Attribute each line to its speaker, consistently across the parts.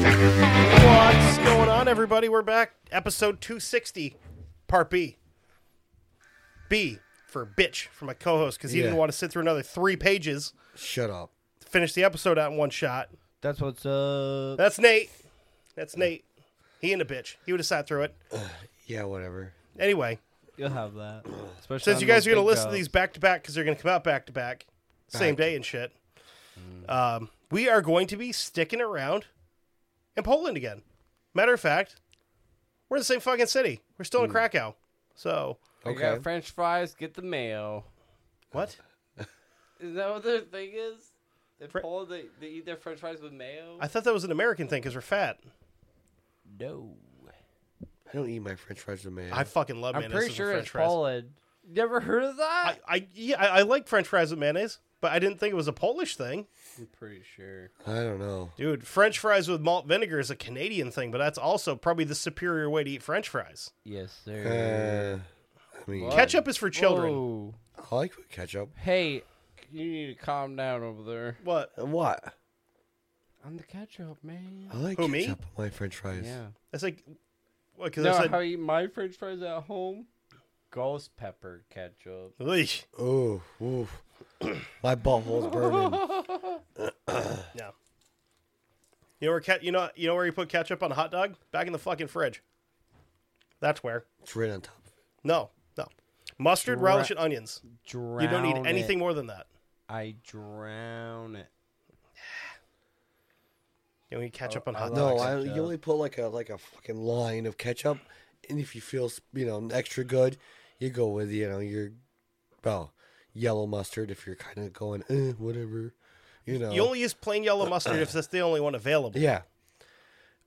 Speaker 1: What's going on, everybody? We're back. Episode 260, Part B. B for bitch from my co host because he didn't
Speaker 2: Yeah.
Speaker 1: want to sit through another three pages
Speaker 2: Shut up.
Speaker 1: to finish the episode out in one shot.
Speaker 3: That's what's up.
Speaker 1: That's Nate. That's Nate. He and a bitch. He would have sat through it.
Speaker 2: Yeah, whatever.
Speaker 1: Anyway,
Speaker 3: You'll have that. Especially
Speaker 1: since
Speaker 3: on
Speaker 1: you guys are
Speaker 3: those
Speaker 1: going to
Speaker 3: big
Speaker 1: listen to
Speaker 3: jobs.
Speaker 1: these back to back because they're going to come out back to back, same day and shit, um, we are going to be sticking around in Poland again. Matter of fact, we're in the same fucking city. We're still in Krakow. So,
Speaker 4: I
Speaker 2: Okay.
Speaker 4: got French fries. Get the mayo.
Speaker 1: what?
Speaker 4: Is that what their thing is? They
Speaker 1: Fre-
Speaker 4: Poland, they, they eat their French fries with mayo.
Speaker 1: I thought that was an American thing because we're fat.
Speaker 3: No.
Speaker 2: I don't eat my French fries with mayo.
Speaker 1: I fucking love
Speaker 4: I'm
Speaker 1: mayonnaise.
Speaker 4: pretty
Speaker 1: with
Speaker 4: sure
Speaker 1: French
Speaker 4: it's
Speaker 1: fries.
Speaker 4: Poland. Never heard of that?
Speaker 1: I, I yeah, I, I like French fries with mayonnaise, but I didn't think it was a Polish thing,
Speaker 4: I'm pretty sure.
Speaker 2: I don't know.
Speaker 1: dude. French fries with malt vinegar is a Canadian thing, but that's also probably the superior way to eat French fries.
Speaker 3: Yes,
Speaker 2: Uh,
Speaker 3: sir.
Speaker 2: I mean,
Speaker 4: What?
Speaker 1: Ketchup is for Uh, children.
Speaker 4: Whoa.
Speaker 2: I like ketchup.
Speaker 4: Oh. Hey, you need to calm down over there.
Speaker 1: What?
Speaker 2: And What?
Speaker 4: I'm the ketchup man.
Speaker 2: I like
Speaker 1: Who, me?
Speaker 2: ketchup on my French fries.
Speaker 4: Yeah.
Speaker 1: That's like, what? Because
Speaker 4: You know
Speaker 1: I said,
Speaker 4: how I eat my French fries at home? Ghost pepper ketchup.
Speaker 1: Eesh.
Speaker 2: Oh, oof. my butthole's burning.
Speaker 1: no. You know where cat? You know you know where you put ketchup on a hot dog? Back in the fucking fridge. That's where.
Speaker 2: It's right on top.
Speaker 1: No, no. Mustard,
Speaker 4: Dra-
Speaker 1: relish, and onions.
Speaker 4: Drown
Speaker 1: You don't
Speaker 4: it.
Speaker 1: need anything more than that.
Speaker 4: I drown it.
Speaker 1: You don't need ketchup on
Speaker 4: Oh, I
Speaker 1: hot
Speaker 4: love
Speaker 1: dogs.
Speaker 2: No, I,
Speaker 4: ketchup.
Speaker 2: you only put like a like a fucking line of ketchup, and if you feel you know extra good, you go with you know your well yellow mustard if you're kind of going eh, whatever, you know.
Speaker 1: You only use plain yellow mustard if that's the only one available.
Speaker 2: yeah.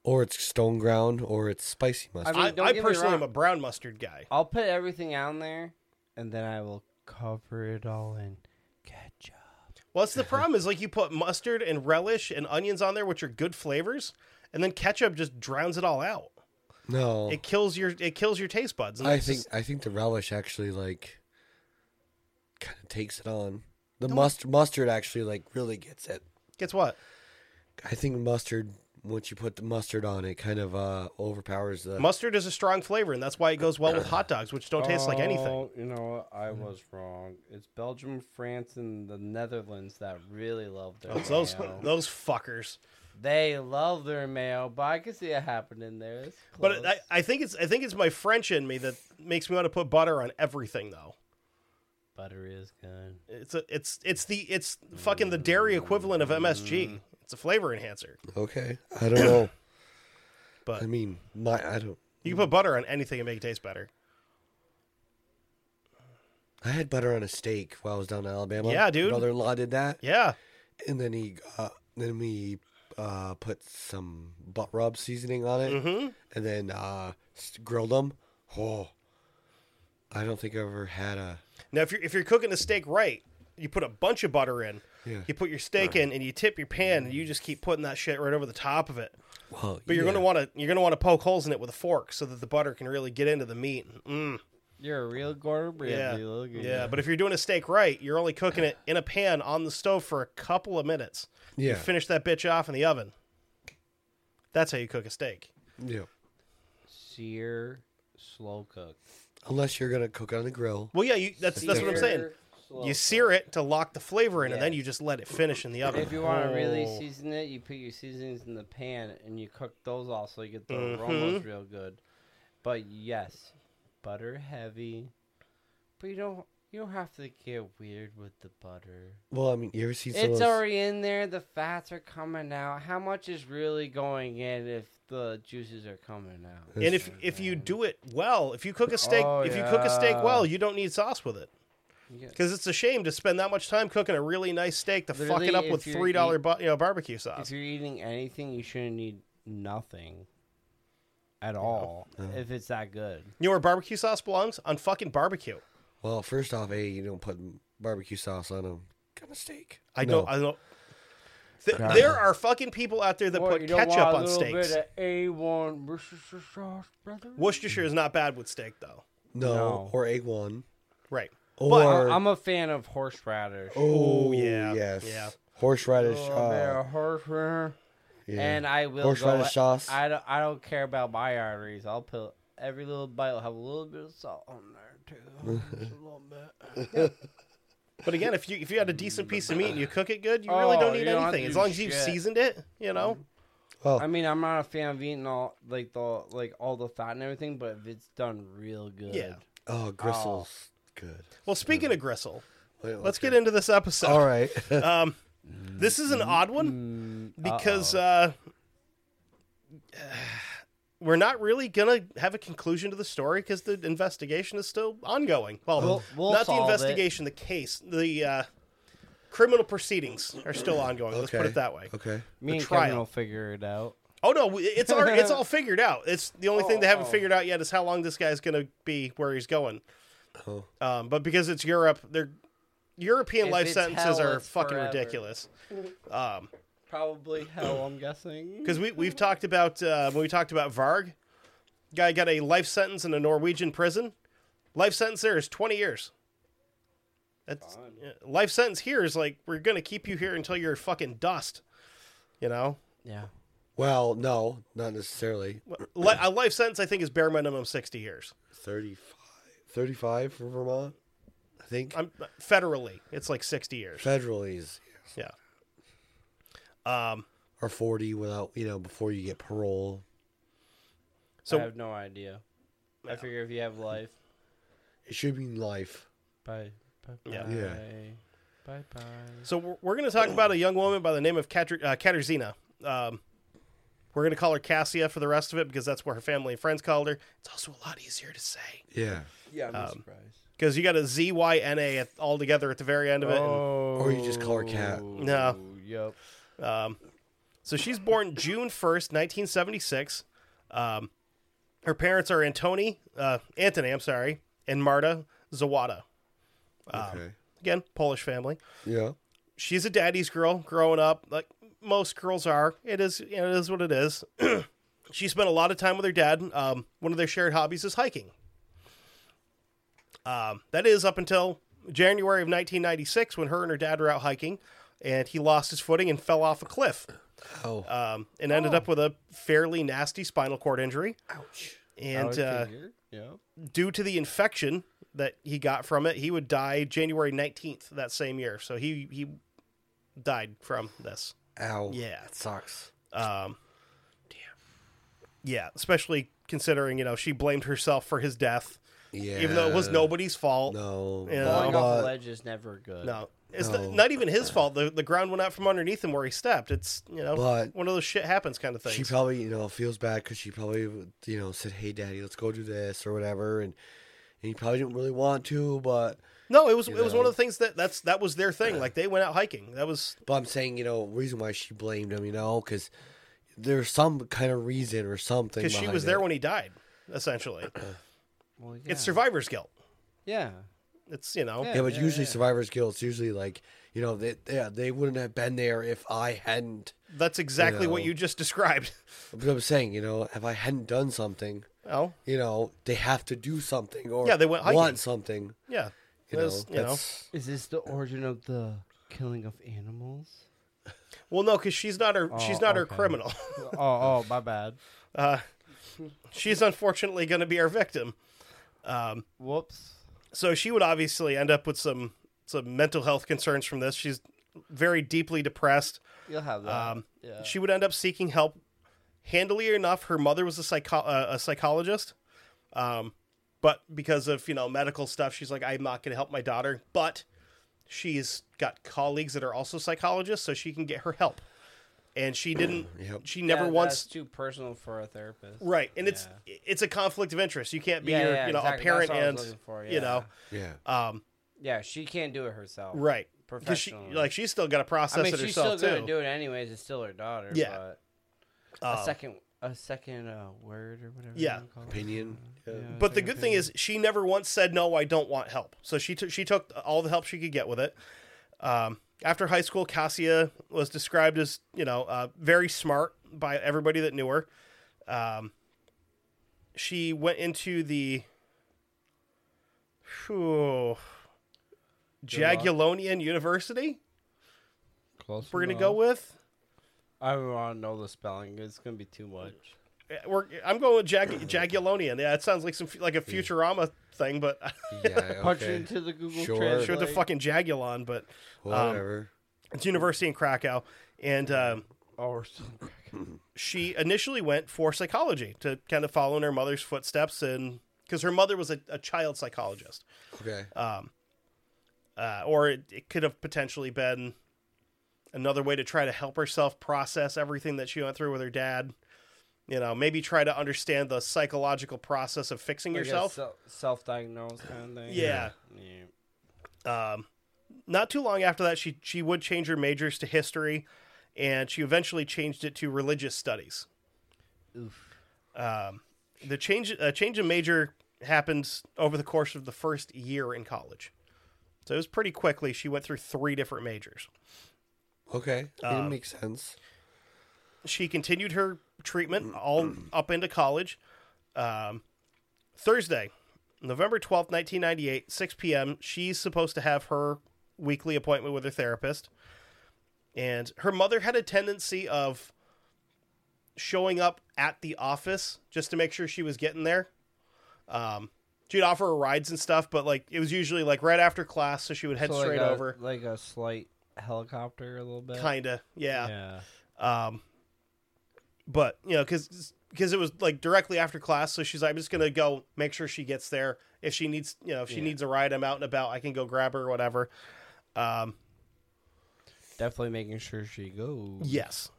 Speaker 2: Or it's stone ground, or it's spicy mustard.
Speaker 4: I mean,
Speaker 1: I,
Speaker 4: don't
Speaker 1: I
Speaker 4: get me
Speaker 1: personally am a
Speaker 4: wrong.
Speaker 1: brown mustard guy.
Speaker 4: I'll put everything on there, and then I will cover it all in ketchup.
Speaker 1: Well, that's the problem is like you put mustard and relish and onions on there, which are good flavors, and then ketchup just drowns it all out.
Speaker 2: no,
Speaker 1: It kills your it kills your taste buds. and
Speaker 2: I
Speaker 1: it's
Speaker 2: think
Speaker 1: just-
Speaker 2: I think the relish actually like kind of takes it on. The mustard mustard actually like really gets it.
Speaker 1: gets what
Speaker 2: I think mustard once you put the mustard on it kind of uh overpowers the
Speaker 1: mustard is a strong flavor, and that's why it goes well with hot dogs, which don't taste like anything.
Speaker 4: Oh, You know, what? I was wrong. It's Belgium, France, and the Netherlands that really love their
Speaker 1: It's those
Speaker 4: mayo.
Speaker 1: those fuckers.
Speaker 4: They love their mayo, but I can see it happening there. It's
Speaker 1: But I,
Speaker 4: close.
Speaker 1: I think it's I think it's my French in me that makes me want to put butter on everything though.
Speaker 4: butter is good.
Speaker 1: It's a, it's it's the it's fucking the dairy equivalent of MSG. It's a flavor enhancer.
Speaker 2: Okay. I don't know.
Speaker 1: But
Speaker 2: I mean, my I don't
Speaker 1: you can put butter on anything and make it taste better.
Speaker 2: I had butter on a steak while I was down in Alabama.
Speaker 1: Yeah, dude.
Speaker 2: Brother-in-law did that.
Speaker 1: Yeah.
Speaker 2: And then he uh, then we uh put some butt rub seasoning on it
Speaker 1: Mm-hmm.
Speaker 2: and then uh s- grilled them. Oh. I don't think I've ever had a
Speaker 1: Now if you're if you're cooking a steak right, you put a bunch of butter in.
Speaker 2: Yeah.
Speaker 1: You put your steak in and you tip your pan and you just keep putting that shit right over the top of it.
Speaker 2: Well,
Speaker 1: But you're
Speaker 2: yeah.
Speaker 1: gonna want to you're gonna want to poke holes in it with a fork so that the butter can really get into the meat. Mm,
Speaker 4: You're a real Gordon
Speaker 1: yeah,
Speaker 4: You look at
Speaker 1: yeah.
Speaker 4: you.
Speaker 1: But if you're doing a steak right, you're only cooking it in a pan on the stove for a couple of minutes. You
Speaker 2: Yeah.
Speaker 1: finish that bitch off in the oven. That's how you cook a steak.
Speaker 2: Yeah.
Speaker 4: sear, Slow cook.
Speaker 2: Unless you're gonna cook it on the grill.
Speaker 1: Well, yeah, you, that's that's what I'm saying. You sear it to lock the flavor in, and then you just let it finish in the oven.
Speaker 4: If you want to really
Speaker 1: Oh.
Speaker 4: season it, you put your seasonings in the pan and you cook those all so you get the aromas real good. But yes, butter heavy. But you don't you don't have to get weird with the butter.
Speaker 2: Well, I mean, you ever seen some of
Speaker 4: It's
Speaker 2: those-
Speaker 4: already in there. The fats are coming out. How much is really going in if the juices are coming out?
Speaker 1: and if if you do it well, if you cook a steak,
Speaker 4: Oh,
Speaker 1: if you cook a steak
Speaker 4: yeah.
Speaker 1: well, you don't need sauce with it.
Speaker 4: Yeah.
Speaker 1: Because it's a shame to spend that much time cooking a really nice steak to fuck it
Speaker 4: Literally,
Speaker 1: up with
Speaker 4: if you're
Speaker 1: three dollar
Speaker 4: eat-
Speaker 1: bu- you know barbecue
Speaker 4: If
Speaker 1: sauce.
Speaker 4: you're eating anything, you shouldn't need nothing at all if it's that good.
Speaker 1: You know where barbecue sauce belongs? On fucking barbecue.
Speaker 2: Well, first off, a you don't put barbecue sauce on a kind of steak.
Speaker 1: I
Speaker 2: No.
Speaker 1: don't. I don't. Th- there are fucking people out there that
Speaker 4: Or
Speaker 1: put
Speaker 4: you don't want
Speaker 1: ketchup
Speaker 4: a
Speaker 1: on
Speaker 4: little
Speaker 1: steaks.
Speaker 4: bit of A1 Worcestershire sauce, brother.
Speaker 1: Worcestershire is not bad with steak though.
Speaker 2: no,
Speaker 4: No.
Speaker 2: or egg one.
Speaker 1: Right.
Speaker 2: Or
Speaker 4: I- I'm a fan of horseradish.
Speaker 2: oh
Speaker 1: yeah,
Speaker 2: yes,
Speaker 1: yeah.
Speaker 2: horseradish.
Speaker 4: Oh,
Speaker 2: uh,
Speaker 4: man, horseradish.
Speaker 2: yeah.
Speaker 4: And I will
Speaker 2: Horseradish
Speaker 4: go,
Speaker 2: sauce.
Speaker 4: I don't, I don't care about my arteries. I'll put every little bite will have a little bit of salt on there too. Just a little bit.
Speaker 1: But again, if you if you had a decent piece of meat and you cook it good, you really
Speaker 4: Oh,
Speaker 1: don't need
Speaker 4: you don't have
Speaker 1: anything
Speaker 4: to
Speaker 1: as
Speaker 4: do
Speaker 1: long as you've
Speaker 4: shit.
Speaker 1: seasoned it. You know.
Speaker 2: well,
Speaker 4: I mean, I'm not a fan of eating all like the like all the fat and everything, but if it's done real good,
Speaker 1: Yeah.
Speaker 2: oh, gristles, good.
Speaker 1: Well, speaking of gristle,
Speaker 2: Wait,
Speaker 1: let's
Speaker 2: okay.
Speaker 1: get into this episode.
Speaker 2: All right.
Speaker 1: Um, this is an odd one
Speaker 4: Mm,
Speaker 1: because uh, we're not really gonna have a conclusion to the story because the investigation is still ongoing. Well,
Speaker 4: We'll- we'll
Speaker 1: not the
Speaker 4: solve it.
Speaker 1: investigation, the case, the uh, criminal proceedings are still ongoing. Let's put
Speaker 2: Okay.
Speaker 1: it that way.
Speaker 2: okay.
Speaker 4: me
Speaker 1: the
Speaker 4: and
Speaker 1: trial.
Speaker 4: Kevin will figure it out.
Speaker 1: Oh no, we- it's all it's all figured out. It's the only thing they haven't
Speaker 4: Oh.
Speaker 1: figured out yet is how long this guy's gonna be where he's going.
Speaker 2: Oh.
Speaker 1: Um, but because it's Europe, their European
Speaker 4: If
Speaker 1: life
Speaker 4: it's
Speaker 1: sentences
Speaker 4: hell,
Speaker 1: are
Speaker 4: it's
Speaker 1: fucking
Speaker 4: forever.
Speaker 1: ridiculous. Um,
Speaker 4: Probably hell, I'm guessing.
Speaker 1: because we we've talked about uh, when we talked about Varg, guy got a life sentence in a Norwegian prison. Life sentence there is twenty years. That's yeah, life sentence here is like we're gonna keep you here until you're fucking dust. You know,
Speaker 4: Yeah.
Speaker 2: Well, no, not necessarily.
Speaker 1: Li- a life sentence I think is bare minimum sixty years.
Speaker 2: 35, 35 for Vermont, I think.
Speaker 1: I'm federally, it's like sixty years.
Speaker 2: Federally is
Speaker 1: Yeah. Um.
Speaker 2: or forty without you know before you get parole.
Speaker 1: So
Speaker 4: I have no idea. I figure if you have life,
Speaker 2: It should be life.
Speaker 4: bye, bye, bye,
Speaker 1: Yeah.
Speaker 2: Yeah.
Speaker 4: bye, bye.
Speaker 1: So we're, we're going to talk about a young woman by the name of Katri- uh, Katarzyna. Um, we're going to call her Cassia for the rest of it because that's what her family and friends called her. It's also a lot easier to say
Speaker 2: Yeah.
Speaker 4: Yeah, I'm
Speaker 1: Um,
Speaker 4: surprised.
Speaker 1: because you got a Z Y N A at- all together at the very end of it.
Speaker 4: Oh.
Speaker 1: And,
Speaker 2: Or you just call her cat.
Speaker 1: No.
Speaker 4: Yep.
Speaker 1: um, so she's born June first, nineteen seventy six. Um, her parents are Antoni, uh, Antony, I'm sorry, and Marta Zawada.
Speaker 2: okay.
Speaker 1: Again, Polish family.
Speaker 2: um, Yeah.
Speaker 1: she's a daddy's girl growing up, like most girls are. It is it is what it is. she spent a lot of time with her dad. Um, one of their shared hobbies is hiking. Um, that is up until January of 1996 when her and her dad were out hiking, and he lost his footing and fell off a cliff
Speaker 2: Oh.
Speaker 1: um, and ended up with a fairly nasty spinal cord injury.
Speaker 2: ouch.
Speaker 4: I
Speaker 1: And
Speaker 4: would
Speaker 1: uh,
Speaker 4: figure, yep.
Speaker 1: due to the infection that he got from it, he would die January 19th that same year. So he he died from this.
Speaker 2: Ow.
Speaker 1: Yeah.
Speaker 2: That sucks.
Speaker 1: Um, Yeah, especially considering you know she blamed herself for his death,
Speaker 2: Yeah.
Speaker 1: even though it was nobody's fault.
Speaker 2: No.
Speaker 1: Yeah.
Speaker 2: but-
Speaker 1: Falling
Speaker 4: Falling off a ledge is never good.
Speaker 1: No, it's
Speaker 2: No.
Speaker 1: not even his fault. The the ground went out from underneath him where he stepped. It's you know
Speaker 2: But-
Speaker 1: one of those shit happens kind of things.
Speaker 2: She probably, you know, feels bad because she probably, you know, said, "Hey, Daddy, let's go do this" or whatever, and and he probably didn't really want to, but
Speaker 1: no, it was
Speaker 2: you
Speaker 1: it was one
Speaker 2: know.
Speaker 1: of the things that that's that was their thing. Like they went out hiking. That was
Speaker 2: but I'm saying, you know, reason why she blamed him, you know, because there's some kind of reason or something.
Speaker 1: because she
Speaker 2: behind
Speaker 1: was there
Speaker 2: it.
Speaker 1: when he died. Essentially,
Speaker 4: Well, yeah.
Speaker 1: it's survivor's guilt.
Speaker 4: Yeah.
Speaker 1: It's you know
Speaker 2: Yeah, but
Speaker 4: Yeah,
Speaker 2: usually
Speaker 4: yeah.
Speaker 2: survivor's guilt. It's usually like, you know, they yeah, they wouldn't have been there if I hadn't.
Speaker 1: that's exactly what
Speaker 2: know.
Speaker 1: you just described.
Speaker 2: But I'm saying, you know, if I hadn't done something,
Speaker 1: Oh
Speaker 2: you know, they have to do something or
Speaker 1: Yeah, they went hiking.
Speaker 2: want something.
Speaker 1: yeah,
Speaker 2: You know,
Speaker 1: That's- you know.
Speaker 2: that's-
Speaker 4: Is this the origin of the killing of animals?
Speaker 1: Well, no, because she's not her she's
Speaker 4: Oh,
Speaker 1: not her
Speaker 4: okay.
Speaker 1: criminal.
Speaker 4: oh, oh, my bad.
Speaker 1: Uh, she's unfortunately going to be our victim. Um,
Speaker 4: Whoops.
Speaker 1: so she would obviously end up with some some mental health concerns from this. She's very deeply depressed.
Speaker 4: You'll have that.
Speaker 1: Um,
Speaker 4: yeah.
Speaker 1: She would end up seeking help. Handily enough, her mother was a psycho- uh, a psychologist, um, but because of you know medical stuff, she's like, I'm not going to help my daughter. But she's got colleagues that are also psychologists, so she can get her help. And she didn't.
Speaker 2: Yep.
Speaker 1: She never
Speaker 4: Yeah,
Speaker 1: once
Speaker 4: That's too personal for a therapist.
Speaker 1: right. And it's it's a conflict of interest. You can't be
Speaker 4: Yeah,
Speaker 1: your,
Speaker 4: yeah,
Speaker 1: you know
Speaker 4: exactly.
Speaker 1: a parent
Speaker 4: That's what I was
Speaker 1: and
Speaker 4: looking for,
Speaker 1: you
Speaker 4: yeah.
Speaker 1: know
Speaker 2: Yeah.
Speaker 1: um,
Speaker 4: Yeah, she can't do it herself.
Speaker 1: right. 'Cause she,
Speaker 4: Professionally.
Speaker 1: like she's still got to process
Speaker 4: I mean,
Speaker 1: it
Speaker 4: she's
Speaker 1: herself
Speaker 4: still
Speaker 1: too.
Speaker 4: gonna do it anyways. It's still her daughter.
Speaker 1: Yeah.
Speaker 4: But
Speaker 1: Um,
Speaker 4: a second, a second uh, word or whatever.
Speaker 1: Yeah.
Speaker 4: you wanna call it.
Speaker 2: Opinion. Yeah.
Speaker 4: Yeah,
Speaker 1: But the
Speaker 4: second
Speaker 1: good thing is, she never once said no. I don't want help. So she took she took all the help she could get with it. Um, after high school, Cassia was described as you know uh, very smart by everybody that knew her. Um, she went into the whew, Jagiellonian University.
Speaker 4: Close
Speaker 1: We're gonna
Speaker 4: enough.
Speaker 1: go with.
Speaker 4: I don't want to know the spelling. It's gonna be too much.
Speaker 1: We're, I'm going with Jag, Jagiellonian. Yeah, it sounds like some like a Futurama thing, but
Speaker 2: Yeah.
Speaker 4: Punch it
Speaker 2: Okay.
Speaker 4: into the Google
Speaker 2: Sure.
Speaker 4: Translate.
Speaker 1: sure the fucking Jagiellon, but.
Speaker 2: Whatever.
Speaker 1: It's University in Krakow, and um,
Speaker 4: Oh, we're still back.
Speaker 1: she initially went for psychology to kind of follow in her mother's footsteps, and because her mother was a, a child psychologist,
Speaker 2: okay.
Speaker 1: uh, or it, it could have potentially been another way to try to help herself process everything that she went through with her dad. You know, maybe try to understand the psychological process of fixing
Speaker 4: Like a
Speaker 1: yourself.
Speaker 4: se- self-diagnosed kind of thing.
Speaker 1: Yeah.
Speaker 4: Yeah.
Speaker 1: Um, not too long after that, she she would change her majors to history, and she eventually changed it to religious studies.
Speaker 4: Oof.
Speaker 1: um, the change uh, change of major happens over the course of the first year in college. So it was pretty quickly. She went through three different majors.
Speaker 2: Okay.
Speaker 1: um,
Speaker 2: it makes sense.
Speaker 1: She continued her treatment all up into college. Um, Thursday, November 12th, 1998, 6 p.m., she's supposed to have her weekly appointment with her therapist. And her mother had a tendency of showing up at the office just to make sure she was getting there. Um, she'd offer her rides and stuff, but like it was usually like right after class, so she would head
Speaker 4: So
Speaker 1: straight
Speaker 4: like a,
Speaker 1: over.
Speaker 4: like a slight helicopter, a little bit.
Speaker 1: Kinda, yeah.
Speaker 4: Yeah.
Speaker 1: Um, but you know, because it was like directly after class, so she's like, I'm just gonna go make sure she gets there. If she needs, you know, if she needs a ride, I'm out and about. I can go grab her, or whatever. Um,
Speaker 4: Definitely making sure she goes.
Speaker 1: yes,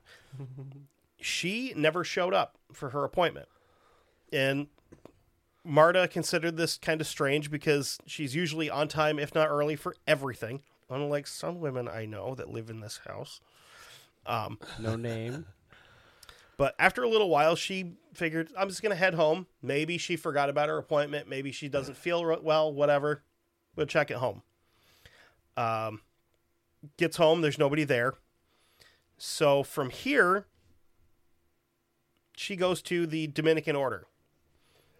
Speaker 1: she never showed up for her appointment, and Marta considered this kind of strange because she's usually on time, if not early, for everything. Unlike some women I know that live in this house.
Speaker 4: No name.
Speaker 1: But after a little while, she figured, I'm just going to head home. Maybe she forgot about her appointment. Maybe she doesn't feel ro- well, whatever. We'll check at home. Um, gets home, there's nobody there. So from here, she goes to the Dominican Order,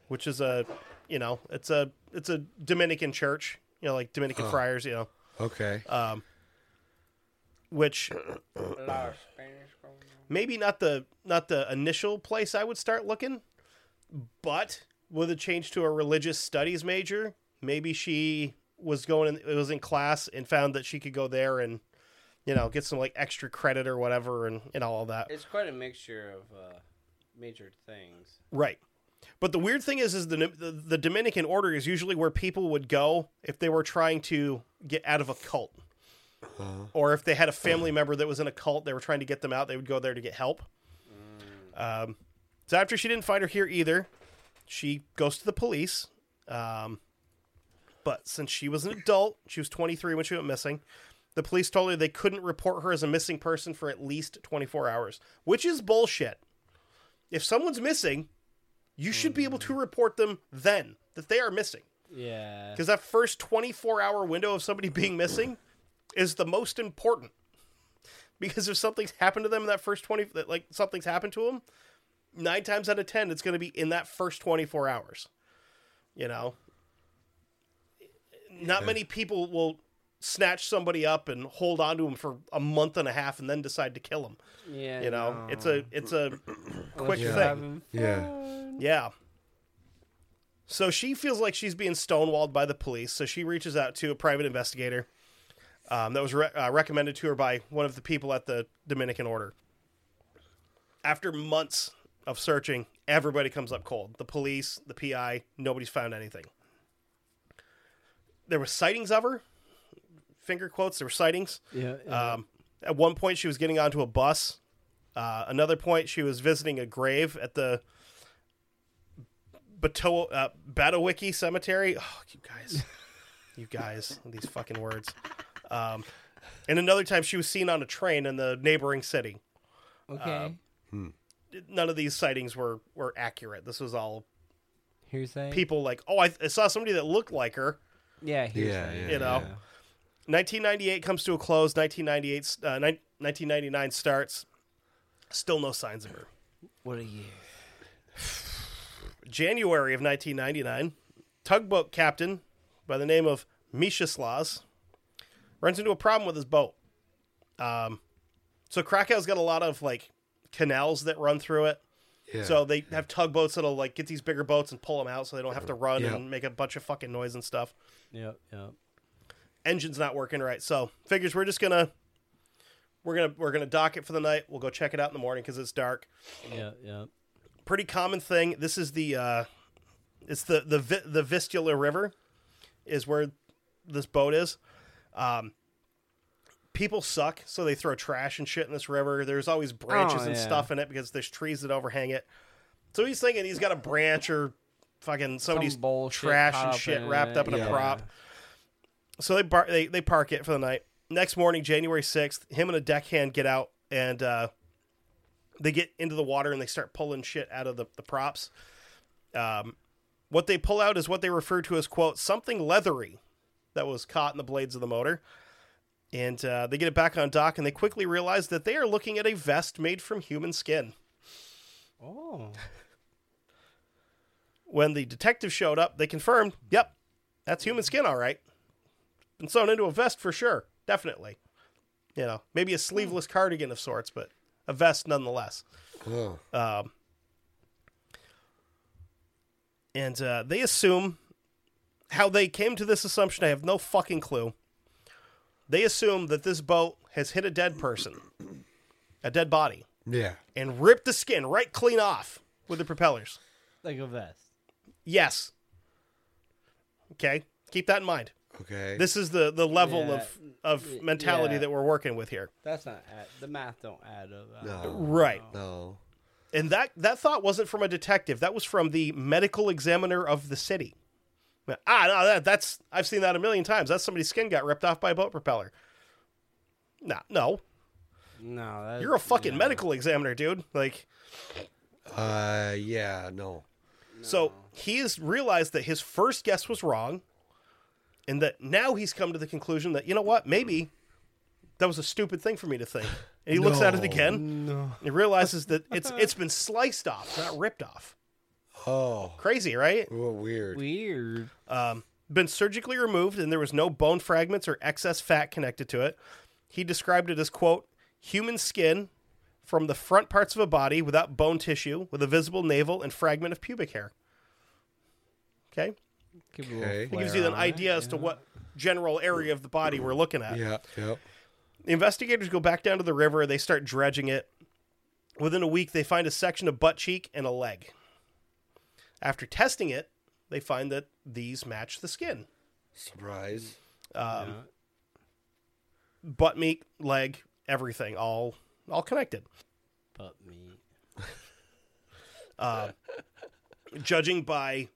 Speaker 1: which is a, you know, it's a it's a Dominican church, you know, like Dominican friars, you know,
Speaker 2: Okay.
Speaker 1: uh, which maybe not the not the initial place I would start looking, but with a change to a religious studies major, maybe she was going in, it was in class and found that she could go there and you know get some like extra credit or whatever and and all of that.
Speaker 4: It's quite a mixture of uh, major things.
Speaker 1: Right. But the weird thing is, is the, the the Dominican order is usually where people would go if they were trying to get out of a cult, or if they had a family member that was in a cult, they were trying to get them out. They would go there to get help. Um, so after she didn't find her here either, she goes to the police. Um, but since she was an adult, she was 23 when she went missing. The police told her they couldn't report her as a missing person for at least 24 hours, which is bullshit. If someone's missing, you should be able to report them then that they are missing.
Speaker 4: Yeah.
Speaker 1: Because that first 24 hour window of somebody being missing is the most important. Because if something's happened to them in that first 20, that, like something's happened to them, nine times out of 10, it's going to be in that first 24 hours. You know? Not many people will snatch somebody up and hold on to him for a month and a half and then decide to kill him.
Speaker 4: Yeah.
Speaker 1: You know, it's a it's a quick
Speaker 2: Yeah.
Speaker 1: thing.
Speaker 2: Yeah.
Speaker 4: Mm-hmm.
Speaker 1: Yeah. So she feels like she's being stonewalled by the police, so she reaches out to a private investigator um, that was re- uh, recommended to her by one of the people at the Dominican Order. After months of searching, everybody comes up cold. The police, the PI, nobody's found anything. There were sightings of her. Finger quotes, there were sightings.
Speaker 4: Yeah.
Speaker 1: Um, at one point, she was getting onto a bus. Uh, another point, she was visiting a grave at the Bato- uh, Batowicki Cemetery. Oh, you guys, you guys, these fucking words. Um, and another time, she was seen on a train in the neighboring city.
Speaker 4: okay.
Speaker 1: None of these sightings were were accurate. This was all
Speaker 4: hearsay.
Speaker 1: people like, oh, I, I saw somebody that looked like her.
Speaker 4: yeah.
Speaker 2: Yeah.
Speaker 4: Hearsay.
Speaker 2: yeah,
Speaker 1: you know. 1998 comes to a close. 1998, uh, nine- 1999 starts. Still no signs of her.
Speaker 4: What a year.
Speaker 1: January of 1999, tugboat captain by the name of Mishislas runs into a problem with his boat. Um, so Krakow's got a lot of like canals that run through it.
Speaker 2: Yeah.
Speaker 1: So they have tugboats that'll like get these bigger boats and pull them out so they don't have to run
Speaker 2: Yeah.
Speaker 1: and make a bunch of fucking noise and stuff.
Speaker 4: Yep. Yep.
Speaker 1: Engine's not working right. So figures we're just gonna we're gonna we're gonna dock it for the night. We'll go check it out in the morning because it's dark.
Speaker 4: Yep. Yep.
Speaker 1: pretty common thing. This is the uh, it's the the Vi- the Vistula River is where this boat is. Um, people suck, so they throw trash and shit in this river. There's always branches
Speaker 4: Oh,
Speaker 1: and
Speaker 4: yeah.
Speaker 1: stuff in it because there's trees that overhang it. So he's thinking he's got a branch or fucking somebody's
Speaker 4: bullshit
Speaker 1: trash
Speaker 4: caught
Speaker 1: and
Speaker 4: up
Speaker 1: shit
Speaker 4: in
Speaker 1: wrapped
Speaker 4: it,
Speaker 1: up in a
Speaker 2: yeah.
Speaker 1: prop. So they, bar- they they park it for the night. Next morning, January sixth, him and a deckhand get out and uh, they get into the water and they start pulling shit out of the, the props. Um, what they pull out is what they refer to as quote something leathery that was caught in the blades of the motor. And uh, they get it back on dock, and they quickly realize that they are looking at a vest made from human skin.
Speaker 4: Oh.
Speaker 1: When the detective showed up, they confirmed, yep, that's human skin, all right. Been sewn into a vest for sure, definitely. You know, maybe a sleeveless cardigan of sorts, but a vest nonetheless.
Speaker 2: Oh,
Speaker 1: Um, and uh, they assume how they came to this assumption, I have no fucking clue. They assume that this boat has hit a dead person, a dead body,
Speaker 2: yeah.
Speaker 1: and ripped the skin right clean off with the propellers.
Speaker 4: Like a vest.
Speaker 1: Yes. Okay, keep that in mind.
Speaker 2: Okay.
Speaker 1: This is the the level
Speaker 4: Yeah.
Speaker 1: of of mentality
Speaker 4: Yeah.
Speaker 1: that we're working with here.
Speaker 4: That's not add, the math. Don't add up.
Speaker 2: no.
Speaker 1: Right.
Speaker 2: No.
Speaker 1: And that that thought wasn't from a detective. That was from the medical examiner of the city. Ah, no, that, that's I've seen that a million times. That's somebody's skin got ripped off by a boat propeller. Nah, no,
Speaker 4: No. That's,
Speaker 1: you're a fucking
Speaker 4: no.
Speaker 1: medical examiner, dude. Like,
Speaker 2: Uh. Yeah. No.
Speaker 1: so he has realized that his first guess was wrong, and that now he's come to the conclusion that you know what, maybe that was a stupid thing for me to think. And he looks at it
Speaker 2: No.
Speaker 1: again and realizes that it's it's been sliced off, not ripped off.
Speaker 2: Oh.
Speaker 1: Crazy, right?
Speaker 2: What weird.
Speaker 4: Weird.
Speaker 1: um, been surgically removed and there was no bone fragments or excess fat connected to it. He described it as, quote, human skin from the front parts of a body without bone tissue with a visible navel and fragment of pubic hair. Okay?
Speaker 4: Give
Speaker 2: Okay.
Speaker 4: okay.
Speaker 2: It
Speaker 1: It gives you an idea as to what general area of the body we're looking at.
Speaker 2: yeah. Yep.
Speaker 1: The investigators go back down to the river. They start dredging it. Within a week, they find a section of butt cheek and a leg. After testing it, they find that these match the skin.
Speaker 2: Surprise.
Speaker 4: uh,
Speaker 1: Um, butt meat, leg, everything, all all connected.
Speaker 4: But me.
Speaker 1: Uh, judging by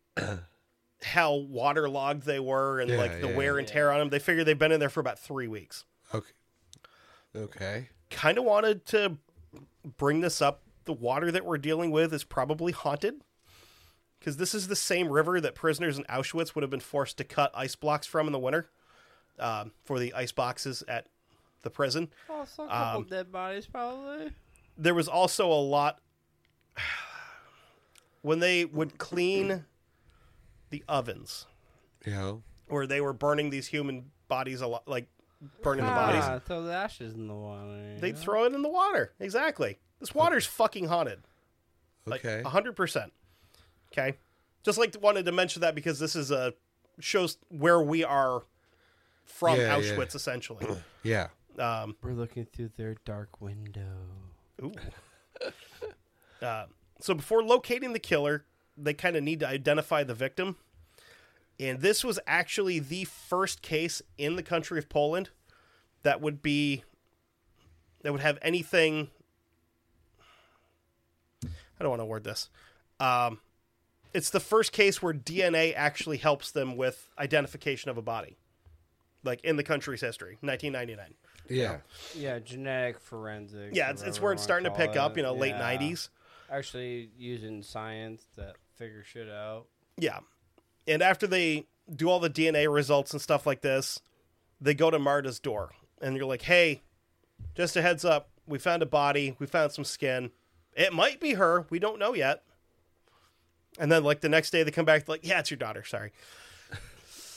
Speaker 1: how waterlogged they were and
Speaker 2: Yeah,
Speaker 1: like the
Speaker 2: yeah,
Speaker 1: wear and tear on them, they figure they've been in there for about three weeks.
Speaker 2: Okay. Okay.
Speaker 1: Kind of wanted to bring this up. The water that we're dealing with is probably haunted because this is the same river that prisoners in Auschwitz would have been forced to cut ice blocks from in the winter um, for the ice boxes at the prison.
Speaker 4: Also, a couple dead bodies probably.
Speaker 1: there was also a lot when they would clean the ovens
Speaker 2: Yeah.
Speaker 1: where they were burning these human bodies a lot like
Speaker 2: burning the bodies.
Speaker 4: Ah, throw the ashes in the water.
Speaker 1: They'd
Speaker 4: yeah.
Speaker 1: throw it in the water. Exactly. This water's fucking haunted. Like uh-huh.
Speaker 2: Okay.
Speaker 1: hundred percent. Okay. Just like wanted to mention that because this is a shows where we are from
Speaker 2: Yeah, yeah.
Speaker 1: Auschwitz essentially.
Speaker 2: yeah.
Speaker 1: Um,
Speaker 4: We're looking through their dark window.
Speaker 1: Ooh. uh, so before locating the killer, they kind of need to identify the victim. And this was actually the first case in the country of Poland that would be that would have anything I don't want to word this. Um, it's the first case where DNA actually helps them with identification of a body. Like in the country's history, 1999.
Speaker 2: Yeah.
Speaker 4: Yeah, genetic forensics.
Speaker 1: Yeah,
Speaker 4: or
Speaker 1: it's, it's
Speaker 4: whatever
Speaker 1: where
Speaker 4: you
Speaker 1: it's
Speaker 4: wanna
Speaker 1: starting to
Speaker 4: call
Speaker 1: pick up,
Speaker 4: it.
Speaker 1: you know, late
Speaker 4: Oh Yeah.
Speaker 1: 90s.
Speaker 4: Actually, using science to figure shit out.
Speaker 1: Yeah. And after they do all the DNA results and stuff like this, they go to Marta's door and you're like, hey, just a heads up, we found a body, we found some skin. It might be her, we don't know yet. And then, like, the next day they come back, like, yeah, it's your daughter, sorry.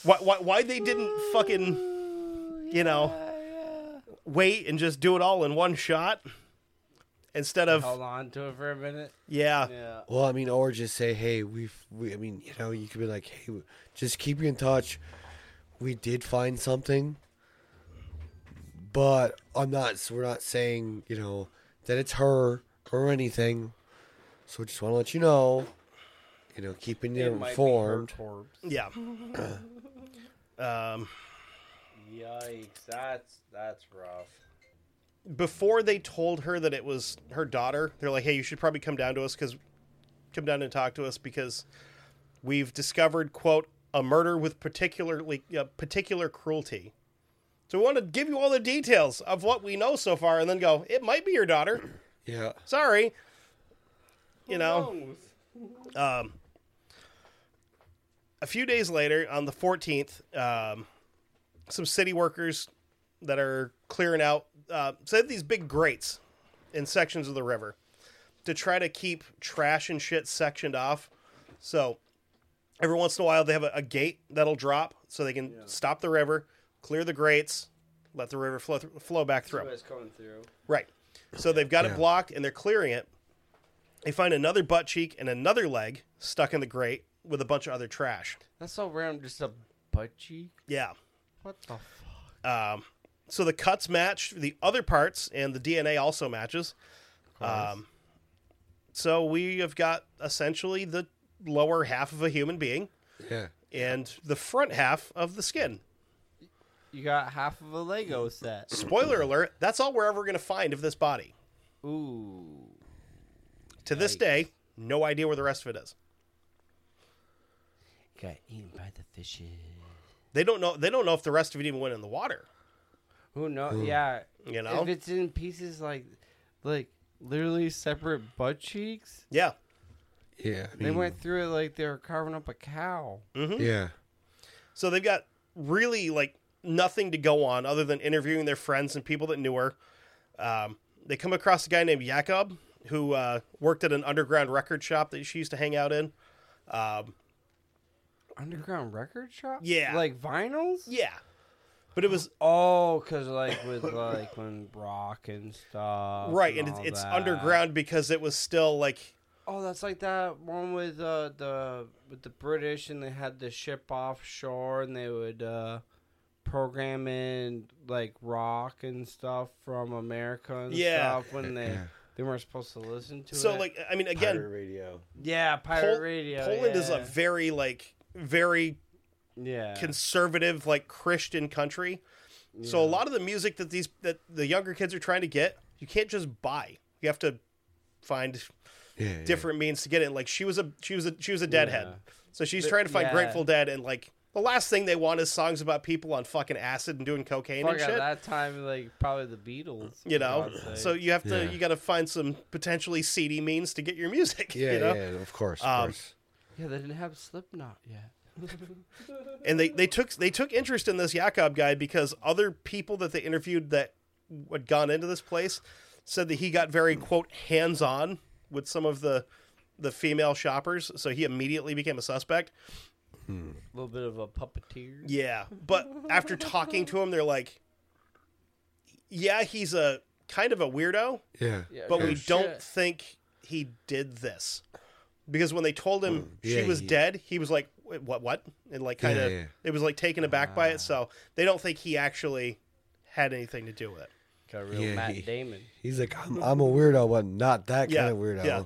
Speaker 1: why, why, why they didn't fucking, you know, wait and just do it all in one shot instead
Speaker 4: Hold
Speaker 1: of,
Speaker 4: on to it for a minute.
Speaker 1: yeah,
Speaker 4: Yeah.
Speaker 2: Well, I mean, or just say, hey, we've, we, I mean, you know, you could be like, hey, w- just keep you in touch. We did find something, but I'm not, so we're not saying, you know, that it's her or anything. So we just want to let you know, you know, keeping you
Speaker 4: It might be her
Speaker 2: informed.
Speaker 4: corpse.
Speaker 1: yeah. um,
Speaker 4: Yikes! That's that's rough.
Speaker 1: before they told her that it was her daughter, they're like, "Hey, you should probably come down to us because come down and talk to us because we've discovered quote a murder with particularly uh, particular cruelty." So we want to give you all the details of what we know so far, and then go. It might be your daughter.
Speaker 2: Yeah.
Speaker 1: Sorry, you know. Um, a few days later, on the 14th, um, some city workers that are clearing out uh, so they have these big grates in sections of the river to try to keep trash and shit sectioned off. So every once in a while, they have a, a gate that'll drop so they can stop the river, clear the grates, let the river flow, th- flow back through.
Speaker 4: What's coming through?
Speaker 1: Right. So they've got
Speaker 2: Yeah.
Speaker 1: it blocked and they're clearing it. They find another butt cheek and another leg stuck in the grate with a bunch of other trash.
Speaker 4: That's so random. Just a butt cheek.
Speaker 1: Yeah.
Speaker 4: What the? F-
Speaker 1: Um, so the cuts match the other parts and the DNA also matches. Um, so we have got essentially the lower half of a human being
Speaker 2: Yeah.
Speaker 1: and the front half of the skin.
Speaker 4: you got half of a Lego set.
Speaker 1: Spoiler alert, that's all we're ever going to find of this body.
Speaker 4: Ooh.
Speaker 1: To this day, no idea where the rest of it is.
Speaker 4: Got eaten by the fishes.
Speaker 1: They don't know they don't know if the rest of it even went in the water,
Speaker 4: Who knows? Yeah.
Speaker 1: you know?
Speaker 4: If it's in pieces like, like literally separate butt cheeks,
Speaker 1: yeah.
Speaker 2: Yeah. I
Speaker 4: they
Speaker 1: Hmm.
Speaker 2: mean,
Speaker 4: went through it like they were carving up a cow.
Speaker 2: Yeah.
Speaker 1: So they've got really like nothing to go on other than interviewing their friends and people that knew her. Um, they come across a guy named Jakob who uh, worked at an underground record shop that she used to hang out in. Um,
Speaker 4: Underground record shop.
Speaker 1: Yeah.
Speaker 4: Like vinyls.
Speaker 1: yeah, but it was
Speaker 4: Oh, cause like with like when rock and stuff.
Speaker 1: right, and it's,
Speaker 4: all
Speaker 1: it's
Speaker 4: that.
Speaker 1: underground because it was still like
Speaker 4: Oh, that's like that one with uh, the with the British, and they had the ship offshore, and they would uh, program in like rock and stuff from America and
Speaker 1: Yeah.
Speaker 4: stuff when they they weren't supposed to listen to it.
Speaker 1: so like I mean again,
Speaker 2: Pirate radio.
Speaker 4: yeah, pirate
Speaker 1: Pol-
Speaker 4: radio.
Speaker 1: Poland is a
Speaker 4: yeah.
Speaker 1: very like very
Speaker 4: yeah.
Speaker 1: conservative like Christian country. So a lot of the music that these that the younger kids are trying to get, you can't just buy. You have to find
Speaker 2: Yeah. yeah.
Speaker 1: different means to get it. Like she was a she was a she was a deadhead.
Speaker 4: Yeah.
Speaker 1: So she's
Speaker 4: But-
Speaker 1: trying to find
Speaker 4: yeah.
Speaker 1: Grateful Dead and like the last thing they want is songs about people on fucking acid and doing cocaine
Speaker 4: Fuck,
Speaker 1: and
Speaker 4: at
Speaker 1: shit.
Speaker 4: that time, like probably the Beatles.
Speaker 1: You
Speaker 4: for
Speaker 1: know,
Speaker 4: God's sake.
Speaker 1: so you have to
Speaker 2: Yeah.
Speaker 1: you got to find some potentially seedy means to get your music.
Speaker 2: Yeah.
Speaker 1: you know?
Speaker 2: Yeah. Of course. Of
Speaker 1: Um,
Speaker 2: course.
Speaker 4: yeah, they didn't have Slipknot yet.
Speaker 1: and they, they took they took interest in this Jakob guy because other people that they interviewed that had gone into this place said that he got very quote hands on with some of the the female shoppers, so he immediately became a suspect.
Speaker 4: A little bit of a puppeteer.
Speaker 1: Yeah, but after talking to him, they're like, yeah, he's a kind of a weirdo,
Speaker 2: Yeah.
Speaker 4: Yeah,
Speaker 1: but
Speaker 4: no
Speaker 1: we don't
Speaker 4: Oh, shit.
Speaker 1: think he did this because when they told him
Speaker 2: Oh, yeah,
Speaker 1: she was
Speaker 2: he-
Speaker 1: dead, he was like, "Wait, "What? What?" And like, kind of,
Speaker 2: yeah. Ah.
Speaker 1: it was like taken aback by it. So they don't think he actually had anything to do with it.
Speaker 4: Got a real
Speaker 2: Yeah,
Speaker 4: Matt
Speaker 2: he-
Speaker 4: Damon.
Speaker 2: He's like, I'm, I'm a weirdo, but not that
Speaker 1: Yeah,
Speaker 2: kind of weirdo.
Speaker 1: yeah.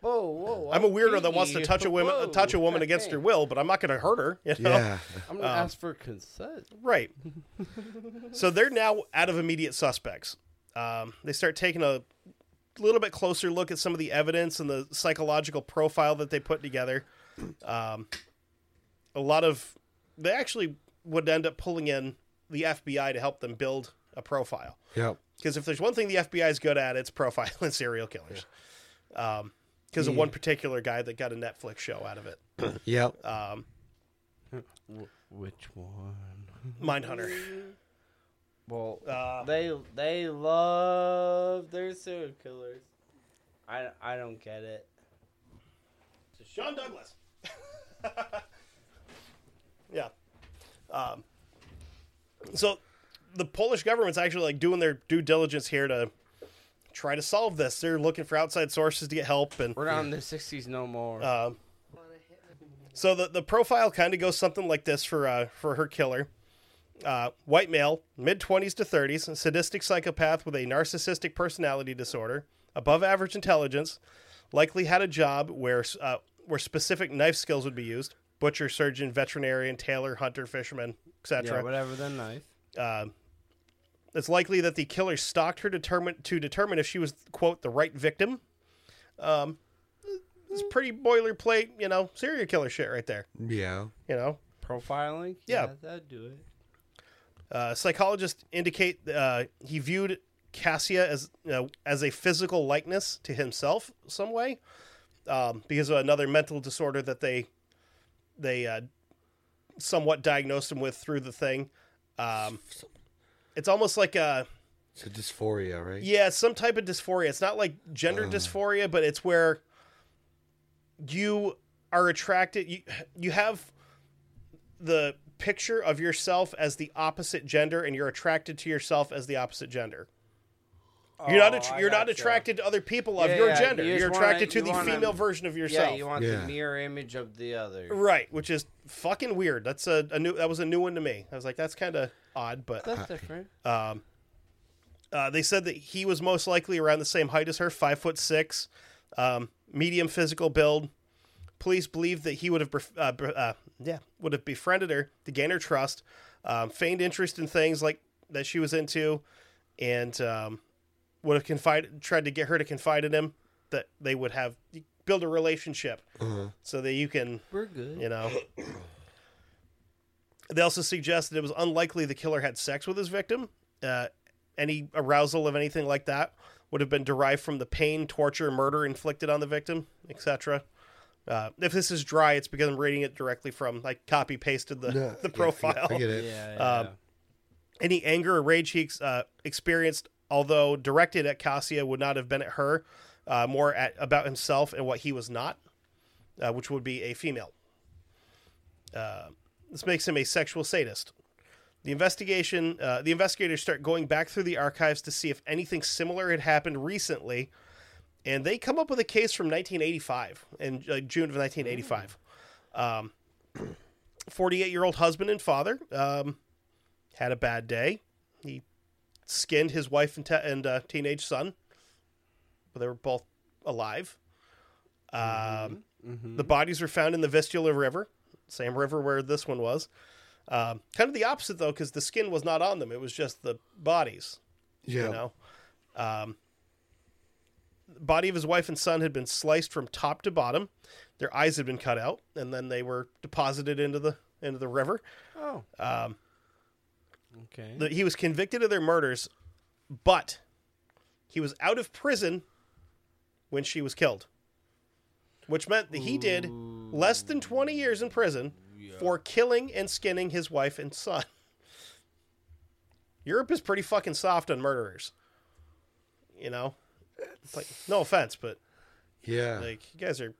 Speaker 4: Whoa, whoa!
Speaker 1: I'm a weirdo that wants to
Speaker 4: okay.
Speaker 1: touch a woman,
Speaker 4: Whoa.
Speaker 1: touch a woman against her will, but I'm not going to hurt her. You know?
Speaker 2: Yeah.
Speaker 4: I'm gonna ask for consent.
Speaker 1: Right. so they're now out of immediate suspects. Um, they start taking a little bit closer look at some of the evidence and the psychological profile that they put together. Um, a lot of they actually would end up pulling in the FBI to help them build a profile
Speaker 2: Yep.
Speaker 1: because if there's one thing the FBI is good at, it's profiling serial killers. Because of one particular guy that got a Netflix show out of it,
Speaker 2: Yep.
Speaker 1: Uh,
Speaker 4: Which one?
Speaker 1: Mindhunter.
Speaker 4: Well,
Speaker 1: Uh,
Speaker 4: they they love their serial killers. I I don't get it.
Speaker 1: Sean Douglas. yeah. Um, so the Polish government's actually like doing their due diligence here to try to solve this. They're looking for outside sources to get help and
Speaker 4: We're not in the '60s no more.
Speaker 1: um, so the, the profile kind of goes something like this for uh, for her killer. Uh, white male, mid 20s to 30s, sadistic psychopath with a narcissistic personality disorder, above average intelligence, likely had a job where uh, where specific knife skills would be used butcher, surgeon, veterinarian, tailor, hunter, fisherman, etc.
Speaker 4: yeah, whatever the knife.
Speaker 1: It's likely that the killer stalked her determine, to determine if she was, quote, the right victim. Um, it's pretty boilerplate, you know, serial killer shit right there.
Speaker 2: Yeah.
Speaker 1: You know,
Speaker 4: Profiling.
Speaker 1: Yeah.
Speaker 4: that'd do it.
Speaker 1: uh, psychologists indicate uh, he viewed Cassia as uh, as a physical likeness to himself some way, um, because of another mental disorder that they they uh, somewhat diagnosed him with through the thing. Um, it's almost like uh, a
Speaker 2: It's a dysphoria, right?
Speaker 1: Yeah, it's some type of dysphoria. It's not like gender
Speaker 4: Mm.
Speaker 1: dysphoria, but it's where you are attracted. You you have the picture of yourself as the opposite gender, and you're attracted to yourself as the opposite gender. You're not
Speaker 4: Oh, I
Speaker 1: att- you're not
Speaker 4: gotcha.
Speaker 1: attracted to other people of
Speaker 4: Yeah,
Speaker 1: your
Speaker 4: yeah,
Speaker 1: gender.
Speaker 4: you just
Speaker 1: You are
Speaker 4: wanna-
Speaker 1: attracted
Speaker 4: you
Speaker 1: to the
Speaker 4: wanna-
Speaker 1: female version of
Speaker 4: Yeah,
Speaker 1: yourself.
Speaker 4: you want
Speaker 2: Yeah.
Speaker 4: the mirror image of the other.
Speaker 1: right, which is fucking weird. That's a, a new that was a new one to me. I was like, that's kind of odd, but
Speaker 4: That's different.
Speaker 1: Uh, they said that he was most likely around the same height as her, five foot six, um, medium physical build. Police believe that he would have, bef- uh, br- uh, yeah, would have befriended her to gain her trust, um, feigned interest in things like that she was into, and um, would have confided, tried to get her to confide in him that they would have build a relationship, so that you can
Speaker 4: We're good.
Speaker 1: you know. They also suggested it was unlikely the killer had sex with his victim. Uh, any arousal of anything like that would have been derived from the pain, torture, murder inflicted on the victim, etc. Uh, if this is dry, it's because I'm reading it directly from I copy pasted the,
Speaker 2: Yeah,
Speaker 1: the profile.
Speaker 2: I get
Speaker 4: Yeah.
Speaker 2: it.
Speaker 4: yeah.
Speaker 1: Any anger or rage he ex- uh, experienced, although directed at Cassia, would not have been at her, uh, more at about himself and what he was not, uh, which would be a female. Uh, this makes him a sexual sadist. The investigation, uh, the investigators start going back through the archives to see if anything similar had happened recently, and they come up with a case from 1985 in uh, June of 1985. Um, 48-year-old husband and father. Um, had a bad day. He skinned his wife and, te- and uh, teenage son, but they were both alive. Um, The bodies were found in the Vistula River, same river where this one was. Um, kind of the opposite though, because the skin was not on them; it was just the bodies.
Speaker 2: Yeah.
Speaker 1: You know, um, the body of his wife and son had been sliced from top to bottom. Their eyes had been cut out, and then they were deposited into the into the river.
Speaker 4: Oh. Okay.
Speaker 1: that he was convicted of their murders, but he was out of prison when she was killed, which meant that he did less than 20 years in prison for killing and skinning his wife and son. Europe is pretty fucking soft on murderers. You know? It's like no offense, but
Speaker 2: Yeah.
Speaker 1: like you guys are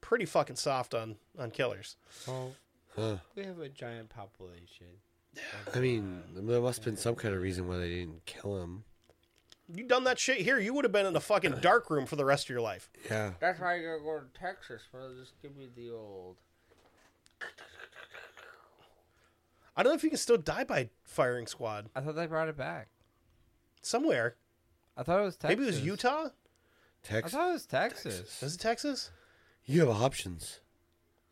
Speaker 1: pretty fucking soft on on killers.
Speaker 4: Well,
Speaker 2: Huh.
Speaker 4: we have a giant population.
Speaker 2: I mean, there must have been some kind of reason why they didn't kill him.
Speaker 1: You done that shit here, you would have been in a fucking dark room for the rest of your life.
Speaker 2: Yeah.
Speaker 4: That's why I gotta go to Texas, bro. Just give me the old.
Speaker 1: I don't know if you can still die by firing squad
Speaker 4: I thought they brought it back.
Speaker 1: somewhere.
Speaker 4: I thought it was Texas.
Speaker 1: Maybe it was Utah.
Speaker 4: I
Speaker 2: Text.
Speaker 4: thought it was Texas.
Speaker 1: Was it Texas?
Speaker 2: You have options.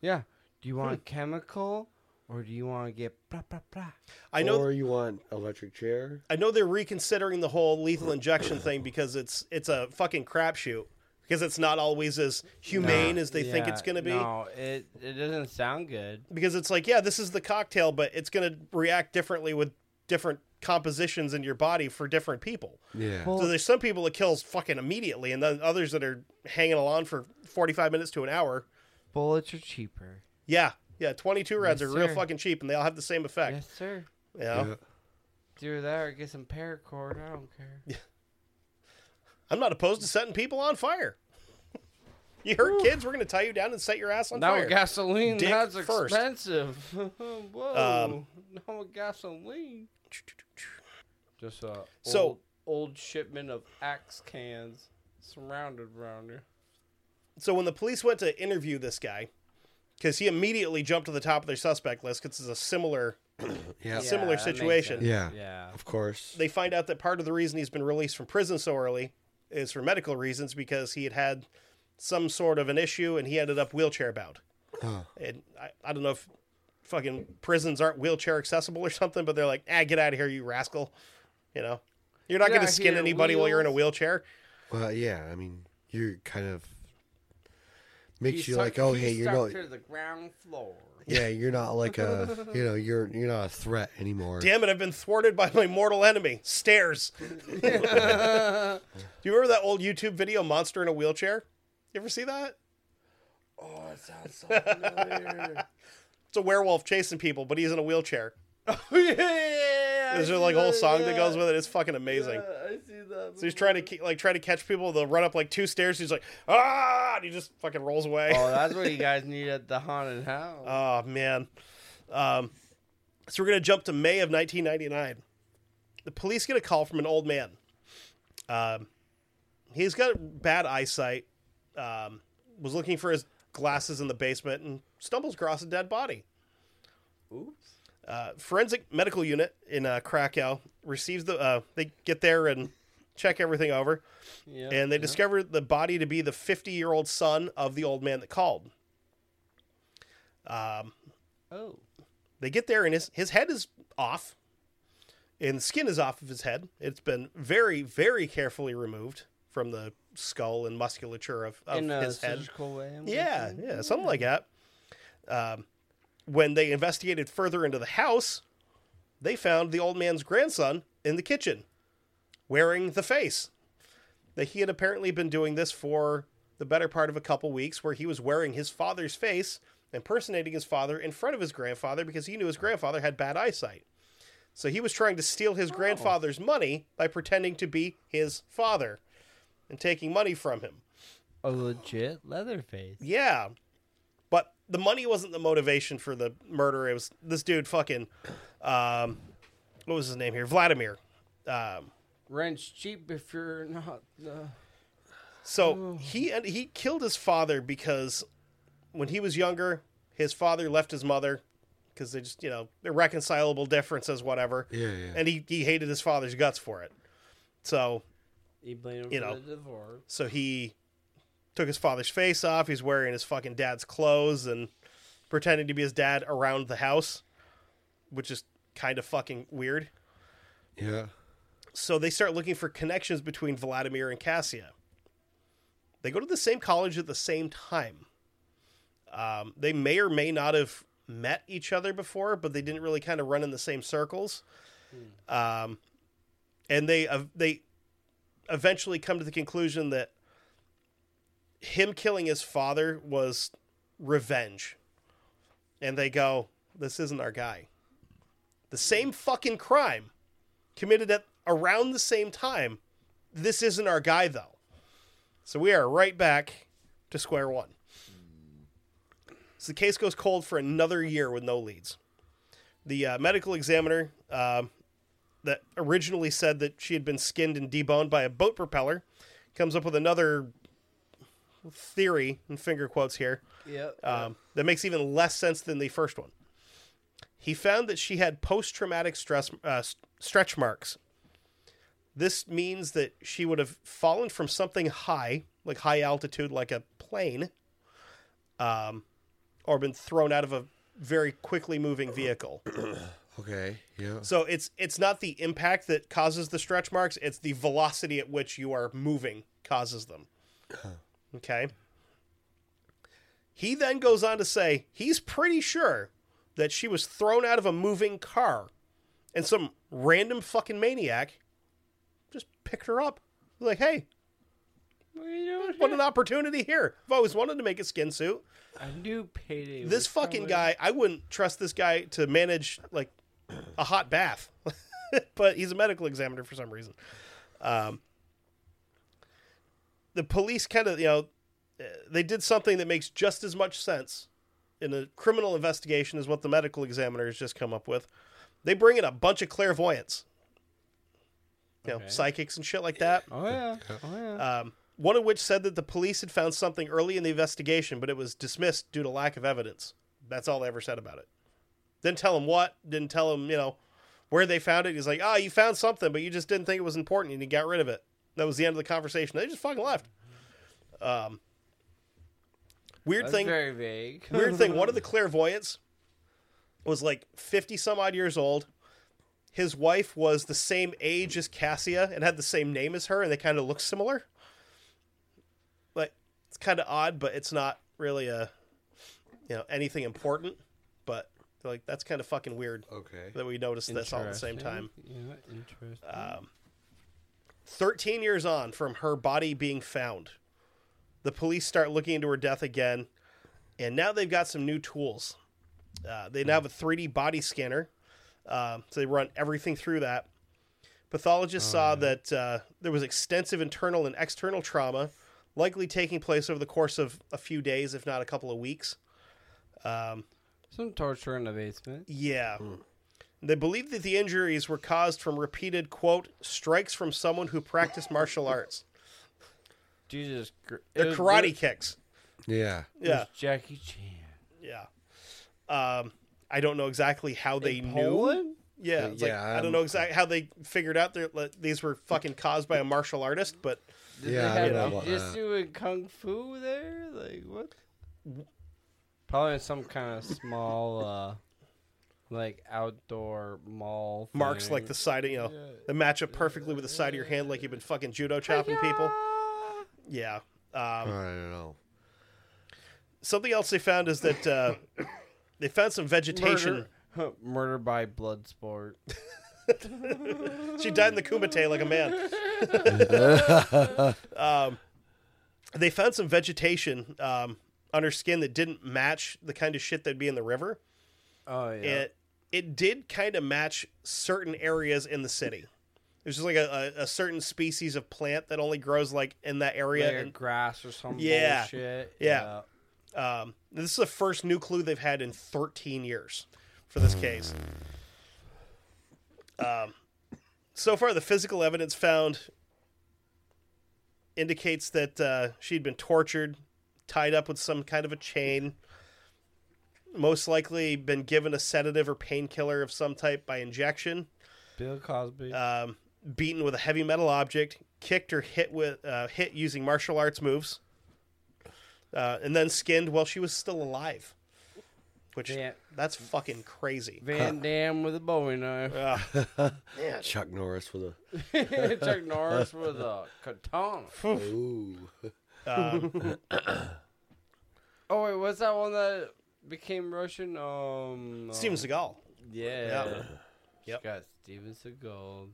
Speaker 4: Yeah. Do you
Speaker 1: Hmm.
Speaker 4: want chemical or do you want to get blah blah blah?
Speaker 1: I know.
Speaker 2: Or you want electric chair.
Speaker 1: I know they're reconsidering the whole lethal injection thing because it's it's a fucking crapshoot because it's not always as humane as they think it's
Speaker 4: Yeah,
Speaker 1: going to be.
Speaker 4: No, it it doesn't sound good.
Speaker 1: Because it's like, yeah, this is the cocktail, but it's going to react differently with different compositions in your body for different people.
Speaker 2: Yeah.
Speaker 4: Well-
Speaker 1: So there's some people it kills fucking immediately, and then others that are hanging along for 45 minutes to an hour.
Speaker 4: Bullets are cheaper.
Speaker 1: Yeah, yeah, 22 rounds
Speaker 4: Yes,
Speaker 1: are real
Speaker 4: sir.
Speaker 1: fucking cheap, and they all have the same effect.
Speaker 4: Yes, sir.
Speaker 1: Yeah.
Speaker 2: Yeah.
Speaker 4: Do that or get some paracord. I don't care.
Speaker 1: I'm not opposed to setting people on fire. You hurt kids, we're going to tie you down and set your ass on
Speaker 4: Now
Speaker 1: fire.
Speaker 4: gasoline,
Speaker 1: Dick
Speaker 4: that's
Speaker 1: first. Um,
Speaker 4: expensive. Whoa. now gasoline. Just a old,
Speaker 1: So-
Speaker 4: old shipment of axe cans surrounded around here.
Speaker 1: So when the police went to interview this guy, because he immediately jumped to the top of their suspect list, because it's a similar.
Speaker 2: Yeah.
Speaker 1: So- Similar
Speaker 4: that makes
Speaker 1: situation.
Speaker 4: sense.
Speaker 2: Yeah.
Speaker 4: Yeah.
Speaker 2: Of course.
Speaker 1: They find out that part of the reason he's been released from prison so early is for medical reasons because he had had some sort of an issue and he ended up wheelchair bound.
Speaker 2: Oh.
Speaker 1: And I, I don't know if fucking prisons aren't wheelchair accessible or something, but they're like, ah, get out of here, you rascal. You know, you're not
Speaker 4: Get
Speaker 1: going to
Speaker 4: outta
Speaker 1: skin
Speaker 4: here,
Speaker 1: anybody while you're in a wheelchair.
Speaker 2: Well, yeah. I mean, you're kind of makes
Speaker 4: He
Speaker 2: you like,
Speaker 4: stuck-
Speaker 2: oh,
Speaker 4: he
Speaker 2: hey, you're
Speaker 4: stuck
Speaker 2: not.
Speaker 4: to the ground floor.
Speaker 2: Yeah, you're not like a. You know, you're you're not a threat anymore.
Speaker 1: Damn it, I've been thwarted by my mortal enemy, stairs. Do
Speaker 4: Oh,
Speaker 1: you remember that old YouTube video, Monster in a Wheelchair? You ever see that?
Speaker 4: Oh, it sounds so familiar.
Speaker 1: It's a werewolf chasing people, but he's in a wheelchair.
Speaker 4: yeah,
Speaker 1: There's just, like a whole song that goes with it. It's fucking amazing.
Speaker 4: I see that.
Speaker 1: So he's trying to ke- like trying to catch people. They'll run up like two stairs. He's like, ah, and he just fucking rolls away.
Speaker 4: oh, that's what you guys need at the haunted house.
Speaker 1: Oh man. Um, so we're gonna jump to May of 1999. The police get a call from an old man. Um, he's got bad eyesight. Um, was looking for his glasses in the basement and stumbles across a dead body. Oops. Uh, forensic medical unit in uh, Krakow receives the. Uh, they get there and check everything over,
Speaker 4: yeah.
Speaker 1: and they discover the body to be the 50 year old son of the old man that called.
Speaker 4: oh,
Speaker 1: they get there and his his head is off and the skin is off of his head it's been very very carefully removed from the skull and musculature of, of
Speaker 4: in uh, a
Speaker 1: his head
Speaker 4: surgical way. I'm
Speaker 1: yeah
Speaker 4: guessing?
Speaker 1: yeah something like that um, when they investigated further into the house they found the old man's grandson in the kitchen wearing the face that he had apparently been doing this for the better part of a couple weeks where he was wearing his father's face impersonating his father in front of his grandfather because he knew his grandfather had bad eyesight so he was trying to steal his grandfather's money by pretending to be his father and taking money from him
Speaker 4: A legit Leatherface.
Speaker 1: yeah. But the money wasn't the motivation for the murder. It was this dude fucking um what was his name here? Vladimir. Um
Speaker 4: Rent's cheap if you're not. Uh,
Speaker 2: Oh.
Speaker 1: so he and he killed his father because when he was younger, his father left his mother because they just, you know, irreconcilable differences whatever.
Speaker 2: Yeah, yeah.
Speaker 1: And he he hated his father's guts for it. So
Speaker 4: you blame him
Speaker 1: You
Speaker 4: for
Speaker 1: know.
Speaker 4: the divorce.
Speaker 1: So he took his father's face off. He's wearing his fucking dad's clothes and pretending to be his dad around the house, which is kind of fucking weird.
Speaker 2: Yeah.
Speaker 1: So they start looking for connections between Vladimir and Cassia. They go to the same college at the same time. Um, they may or may not have met each other before, but they didn't really kind of run in the same circles. Um, and they uh, they eventually come to the conclusion that him killing his father was revenge. And they go, "This isn't our guy." The same fucking crime committed at around the same time. This isn't our guy though. So we are right back to square one. So the case goes cold for another year with no leads. the uh, medical examiner um, that originally said that she had been skinned and deboned by a boat propeller comes up with another theory in finger quotes here
Speaker 4: Yep.
Speaker 1: um, that makes even less sense than the first one. He found that she had post traumatic stress uh, s- stretch marks. This means that she would have fallen from something high, like high altitude, like a plane, um, or been thrown out of a very quickly moving vehicle.
Speaker 2: Okay. Yeah.
Speaker 1: So it's it's not the impact that causes the stretch marks; it's the velocity at which you are moving causes them. Okay. He then goes on to say he's pretty sure that she was thrown out of a moving car, and some random fucking maniac just picked her up. Like, hey,
Speaker 4: what are you doing?
Speaker 1: what an opportunity here! I've always wanted to make a skin suit
Speaker 4: I knew payday.
Speaker 1: this
Speaker 4: was
Speaker 1: fucking
Speaker 4: coming.
Speaker 1: guy i wouldn't trust this guy to manage like a hot bath but he's a medical examiner for some reason um, the police kind of you know uh, they did something that makes just as much sense in a criminal investigation as what the medical examiner has just come up with they bring in a bunch of clairvoyants you know
Speaker 4: Okay.
Speaker 1: psychics and shit like that
Speaker 4: Oh yeah. Oh yeah.
Speaker 1: um, one of which said that the police had found something early in the investigation, but it was dismissed due to lack of evidence. That's all they ever said about it. Didn't tell him what, didn't tell him, you know, where they found it. He's like, oh, you found something, but you just didn't think it was important and you got rid of it. That was the end of the conversation. They just fucking left. Um, weird
Speaker 4: That's
Speaker 1: thing
Speaker 4: very vague.
Speaker 1: weird thing one of the clairvoyants was like 50 some odd years old his wife was the same age as cassia and had the same name as her and they kind of look similar like it's kind of odd but it's not really a you know anything important but like that's kind of fucking weird
Speaker 2: Okay.
Speaker 1: that we noticed this all at the same time Uh,
Speaker 4: Interesting. Yeah. Interesting.
Speaker 1: 13 years on from her body being found, the police start looking into her death again, and now they've got some new tools. Uh, they now have a 3D body scanner, uh, so they run everything through that. Pathologists saw that uh, there was extensive internal and external trauma, likely taking place over the course of a few days, if not a couple of weeks.
Speaker 4: Some torture in the basement.
Speaker 1: Yeah. They believe that the injuries were caused from repeated, quote, strikes from someone who practiced martial arts.
Speaker 4: Jesus. Gr-
Speaker 1: They're
Speaker 4: it was-
Speaker 1: karate kicks.
Speaker 2: Yeah.
Speaker 4: it was
Speaker 1: Yeah.
Speaker 4: Jackie Chan.
Speaker 1: Yeah. Um, I don't know exactly how they
Speaker 4: In
Speaker 1: knew.
Speaker 4: Poland?
Speaker 1: Yeah, it's like,
Speaker 2: Yeah,
Speaker 1: I don't
Speaker 2: I'm-
Speaker 1: know exactly how they figured out that like, these were fucking caused by a martial artist, but
Speaker 4: Did
Speaker 2: Yeah, I
Speaker 4: they
Speaker 2: don't
Speaker 4: have
Speaker 2: know about
Speaker 4: just
Speaker 2: that.
Speaker 4: doing kung fu there? Like what? Probably some kind of small, uh like outdoor mall.
Speaker 1: marks
Speaker 4: thing.
Speaker 1: like the side of you know they match up perfectly with the side of your hand, like you've been fucking judo chopping people. Yeah. Um,
Speaker 2: I don't know.
Speaker 1: something else they found is that uh, they found some vegetation.
Speaker 4: murder, murder by blood sport.
Speaker 1: She died in the kumite like a man. um, they found some vegetation um, on her skin that didn't match the kind of shit that'd be in the river.
Speaker 4: Oh yeah.
Speaker 1: it it did kind of match certain areas in the city. There's just like a, a, a certain species of plant that only grows like in that area.
Speaker 4: Like a
Speaker 1: and,
Speaker 4: grass or some
Speaker 1: Yeah.
Speaker 4: bullshit.
Speaker 1: Yeah. um, this is the first new clue they've had in 13 years for this case. Um, so far, the physical evidence found indicates that uh, she'd been tortured, tied up with some kind of a chain, most likely been given a sedative or painkiller of some type by injection.
Speaker 4: Bill Cosby.
Speaker 1: um, beaten with a heavy metal object, kicked or hit with uh, hit using martial arts moves, uh, and then skinned while she was still alive. Which
Speaker 4: Van,
Speaker 1: that's fucking crazy.
Speaker 4: Van Damme with a Bowie knife.
Speaker 2: Chuck Norris with a.
Speaker 4: Chuck Norris with a katana.
Speaker 2: Ooh.
Speaker 4: Oh wait, what's that one that became Russian? Um,
Speaker 1: Steven
Speaker 4: um,
Speaker 1: Seagal.
Speaker 4: Yeah.
Speaker 1: Yep.
Speaker 4: Got Steven Seagal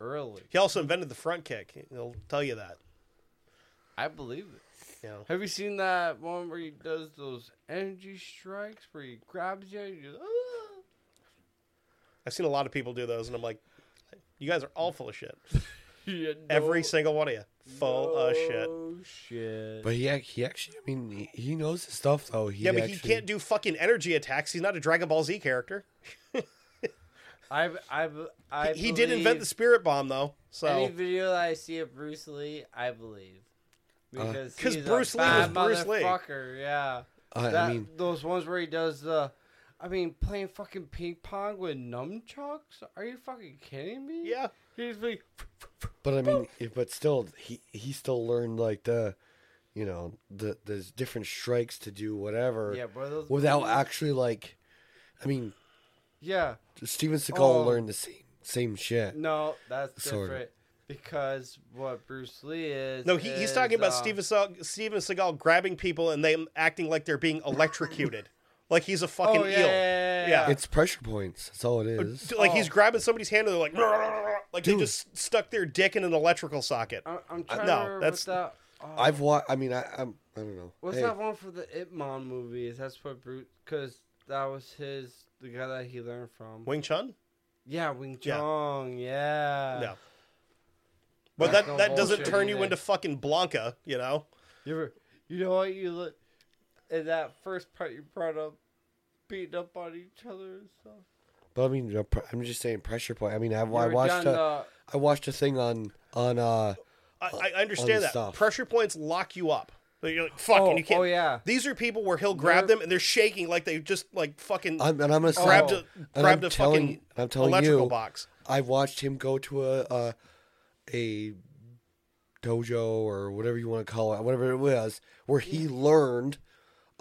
Speaker 4: early.
Speaker 1: He also invented the front kick. He'll tell you that.
Speaker 4: I believe it.
Speaker 1: You know.
Speaker 4: Have you seen that one where he does those energy strikes where he grabs you? And you ah!
Speaker 1: I've seen a lot of people do those, and I'm like, you guys are all full of shit.
Speaker 4: You had no-
Speaker 1: Every single one of you. full of shit.
Speaker 3: Oh shit.
Speaker 2: But he ac- he actually, I mean, he, he knows his stuff though. He
Speaker 1: Yeah, but he
Speaker 2: actually-
Speaker 1: can't do fucking energy attacks. He's not a Dragon Ball Z character.
Speaker 4: I I I
Speaker 1: he did invent the
Speaker 4: believe
Speaker 1: spirit bomb though.
Speaker 4: Any
Speaker 1: So
Speaker 4: video that I see of Bruce Lee, I believe. Because
Speaker 1: Uh, 'Cause
Speaker 4: he's
Speaker 1: Bruce
Speaker 4: a
Speaker 1: Lee was
Speaker 4: bad
Speaker 1: Bruce Lee.
Speaker 4: motherfucker, yeah.
Speaker 2: I,
Speaker 4: That-
Speaker 2: I mean,
Speaker 4: those ones where he does the, I mean, playing fucking ping pong with nunchucks. Are you fucking kidding me?
Speaker 1: yeah,
Speaker 4: He's like,
Speaker 2: but I mean, if- but still, he he still learned like the, you know, the there's different strikes to do whatever
Speaker 4: yeah, bro. Those
Speaker 2: without
Speaker 4: videos-
Speaker 2: actually like, I mean,
Speaker 4: yeah.
Speaker 2: Steven Seagal
Speaker 4: Oh.
Speaker 2: learned the same same shit.
Speaker 4: No, that's
Speaker 2: Sorta.
Speaker 4: different. Because what Bruce Lee is?
Speaker 1: no, he, he's talking
Speaker 4: is,
Speaker 1: about
Speaker 4: uh,
Speaker 1: Steven Seagal, Steven Seagal grabbing people and them acting like they're being electrocuted, like he's a fucking
Speaker 4: Oh yeah,
Speaker 1: eel.
Speaker 4: yeah, yeah,
Speaker 1: Yeah.
Speaker 4: yeah.
Speaker 2: It's pressure points. That's all it is.
Speaker 1: D- Like he's
Speaker 4: Oh.
Speaker 1: grabbing somebody's hand and they're like, "Rah, rah, rah, rah," like
Speaker 2: Dude.
Speaker 1: they just stuck their dick in an electrical socket.
Speaker 4: I'm, I'm trying
Speaker 1: Uh, no,
Speaker 4: to remember
Speaker 1: that's-
Speaker 4: what that. oh,
Speaker 2: I've watched. I mean, I I'm, I don't know.
Speaker 4: What's
Speaker 2: Hey,
Speaker 4: that one for the Ip Man movies? That's what Bruce, because that was his, the guy that he learned from.
Speaker 1: Wing Chun?
Speaker 4: yeah, Wing
Speaker 1: Yeah.
Speaker 4: Chong. Yeah.
Speaker 1: No. But
Speaker 4: That's
Speaker 1: that,
Speaker 4: no
Speaker 1: that doesn't
Speaker 4: bullshit
Speaker 1: turn you
Speaker 4: either.
Speaker 1: into fucking Blanca, you know?
Speaker 4: You ever, you know what you look in that first part you brought up, beating up on each other and stuff.
Speaker 2: But I mean, the pr- I'm just saying pressure point. I mean, I've,
Speaker 4: You
Speaker 2: I
Speaker 4: ever
Speaker 2: watched
Speaker 4: done
Speaker 1: uh,
Speaker 2: a, I watched a thing on on uh
Speaker 1: I, I
Speaker 2: on
Speaker 1: understand that.
Speaker 2: stuff.
Speaker 1: Pressure points lock you up. But You're like, fuck,
Speaker 4: Oh,
Speaker 1: and you can't.
Speaker 4: oh, yeah.
Speaker 1: These are people where he'll grab
Speaker 4: They're-
Speaker 1: them and they're shaking like they just like fucking
Speaker 2: I'm, and I'm gonna say-
Speaker 1: Oh.
Speaker 4: Oh.
Speaker 1: grabbed a
Speaker 2: and I'm
Speaker 1: grabbed a
Speaker 2: telling-
Speaker 1: fucking
Speaker 2: and I'm telling
Speaker 1: electrical
Speaker 2: you,
Speaker 1: box.
Speaker 2: I've watched him go to a, a a dojo or whatever you want to call it, whatever it was, where he learned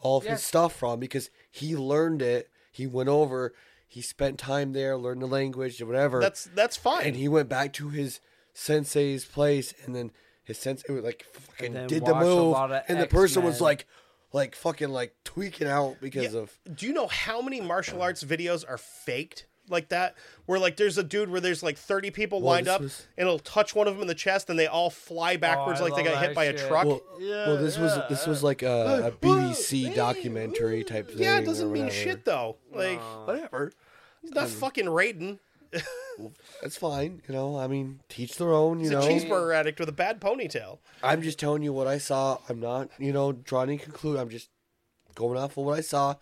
Speaker 2: all of
Speaker 4: Yeah.
Speaker 2: his stuff from because he learned it. He went over. He spent time there, learned the language, whatever.
Speaker 1: That's that's fine.
Speaker 2: and he went back to his sensei's place, and then his sensei was like fucking
Speaker 4: then
Speaker 2: did the
Speaker 4: watched a
Speaker 2: move,
Speaker 4: lot of
Speaker 2: and the person was
Speaker 4: X-Men.
Speaker 2: like, like fucking like tweaking out because
Speaker 1: Yeah.
Speaker 2: of
Speaker 1: Do you know how many martial arts videos are faked like that? Where like there's a dude where there's like 30 people
Speaker 2: Well,
Speaker 1: lined
Speaker 2: this
Speaker 1: up
Speaker 2: was-
Speaker 1: and it'll touch one of them in the chest and they all fly backwards
Speaker 4: Oh, I
Speaker 1: like they
Speaker 4: love
Speaker 1: got hit
Speaker 4: that
Speaker 1: by a
Speaker 4: shit.
Speaker 1: truck.
Speaker 2: Well, well, this was this was like a, a BBC documentary type thing.
Speaker 1: mm, yeah, it
Speaker 2: or
Speaker 1: doesn't mean
Speaker 2: whatever.
Speaker 1: shit though. Like
Speaker 2: Whatever, Um,
Speaker 1: he's not fucking Raiden.
Speaker 2: that's fine. You know, I mean, teach their own. You
Speaker 1: He's a
Speaker 2: know,
Speaker 1: cheeseburger addict with a bad ponytail.
Speaker 2: I'm just telling you what I saw. I'm not, you know, trying to conclude. I'm just going off of what I saw,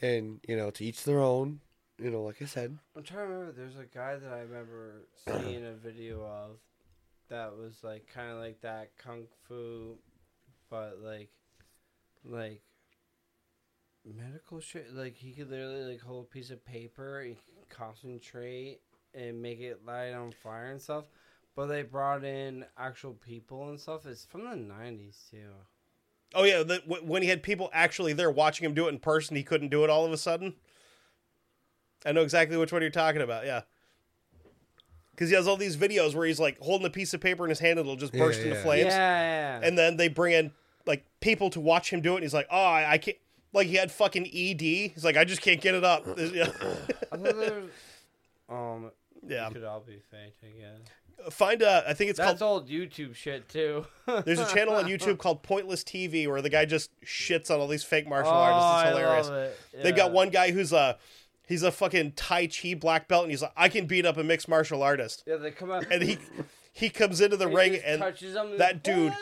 Speaker 2: and you know, to each their own. You know, like I said,
Speaker 4: I'm trying to remember. There's a guy that I remember seeing a video of that was like kind of like that kung fu, but like, like medical shit. Like he could literally like hold a piece of paper, and he could concentrate and make it light on fire and stuff. But they brought in actual people and stuff. It's from the '90s too.
Speaker 1: Oh yeah, the, w- when he had people actually there watching him do it in person, he couldn't do it all of a sudden. I know exactly which one you're talking about. Yeah, because he has all these videos where he's like holding a piece of paper in his hand and it'll just
Speaker 2: Yeah,
Speaker 1: burst into
Speaker 2: yeah.
Speaker 4: Yeah,
Speaker 1: flames,
Speaker 4: yeah.
Speaker 1: and then they bring in like people to watch him do it. And he's like, oh, I, I can't. Like he had fucking ED. He's like, I just can't get it up. yeah,
Speaker 4: I thought there was, um,
Speaker 1: yeah.
Speaker 4: it could all be fake, I guess.
Speaker 1: Find a. I think it's
Speaker 4: That's
Speaker 1: called.
Speaker 4: old YouTube shit too.
Speaker 1: There's a channel on YouTube called Pointless TV where the guy just shits on all these fake martial
Speaker 4: Oh,
Speaker 1: artists. It's
Speaker 4: I
Speaker 1: hilarious.
Speaker 4: love it.
Speaker 1: They've got
Speaker 4: Yeah.
Speaker 1: one guy who's a he's a fucking Tai Chi black belt, and he's like, I can beat up a mixed martial artist,
Speaker 4: Yeah, they come out
Speaker 1: and he he comes into the
Speaker 4: he
Speaker 1: ring
Speaker 4: just
Speaker 1: and
Speaker 4: touches them and
Speaker 1: that dude-
Speaker 4: "Ah."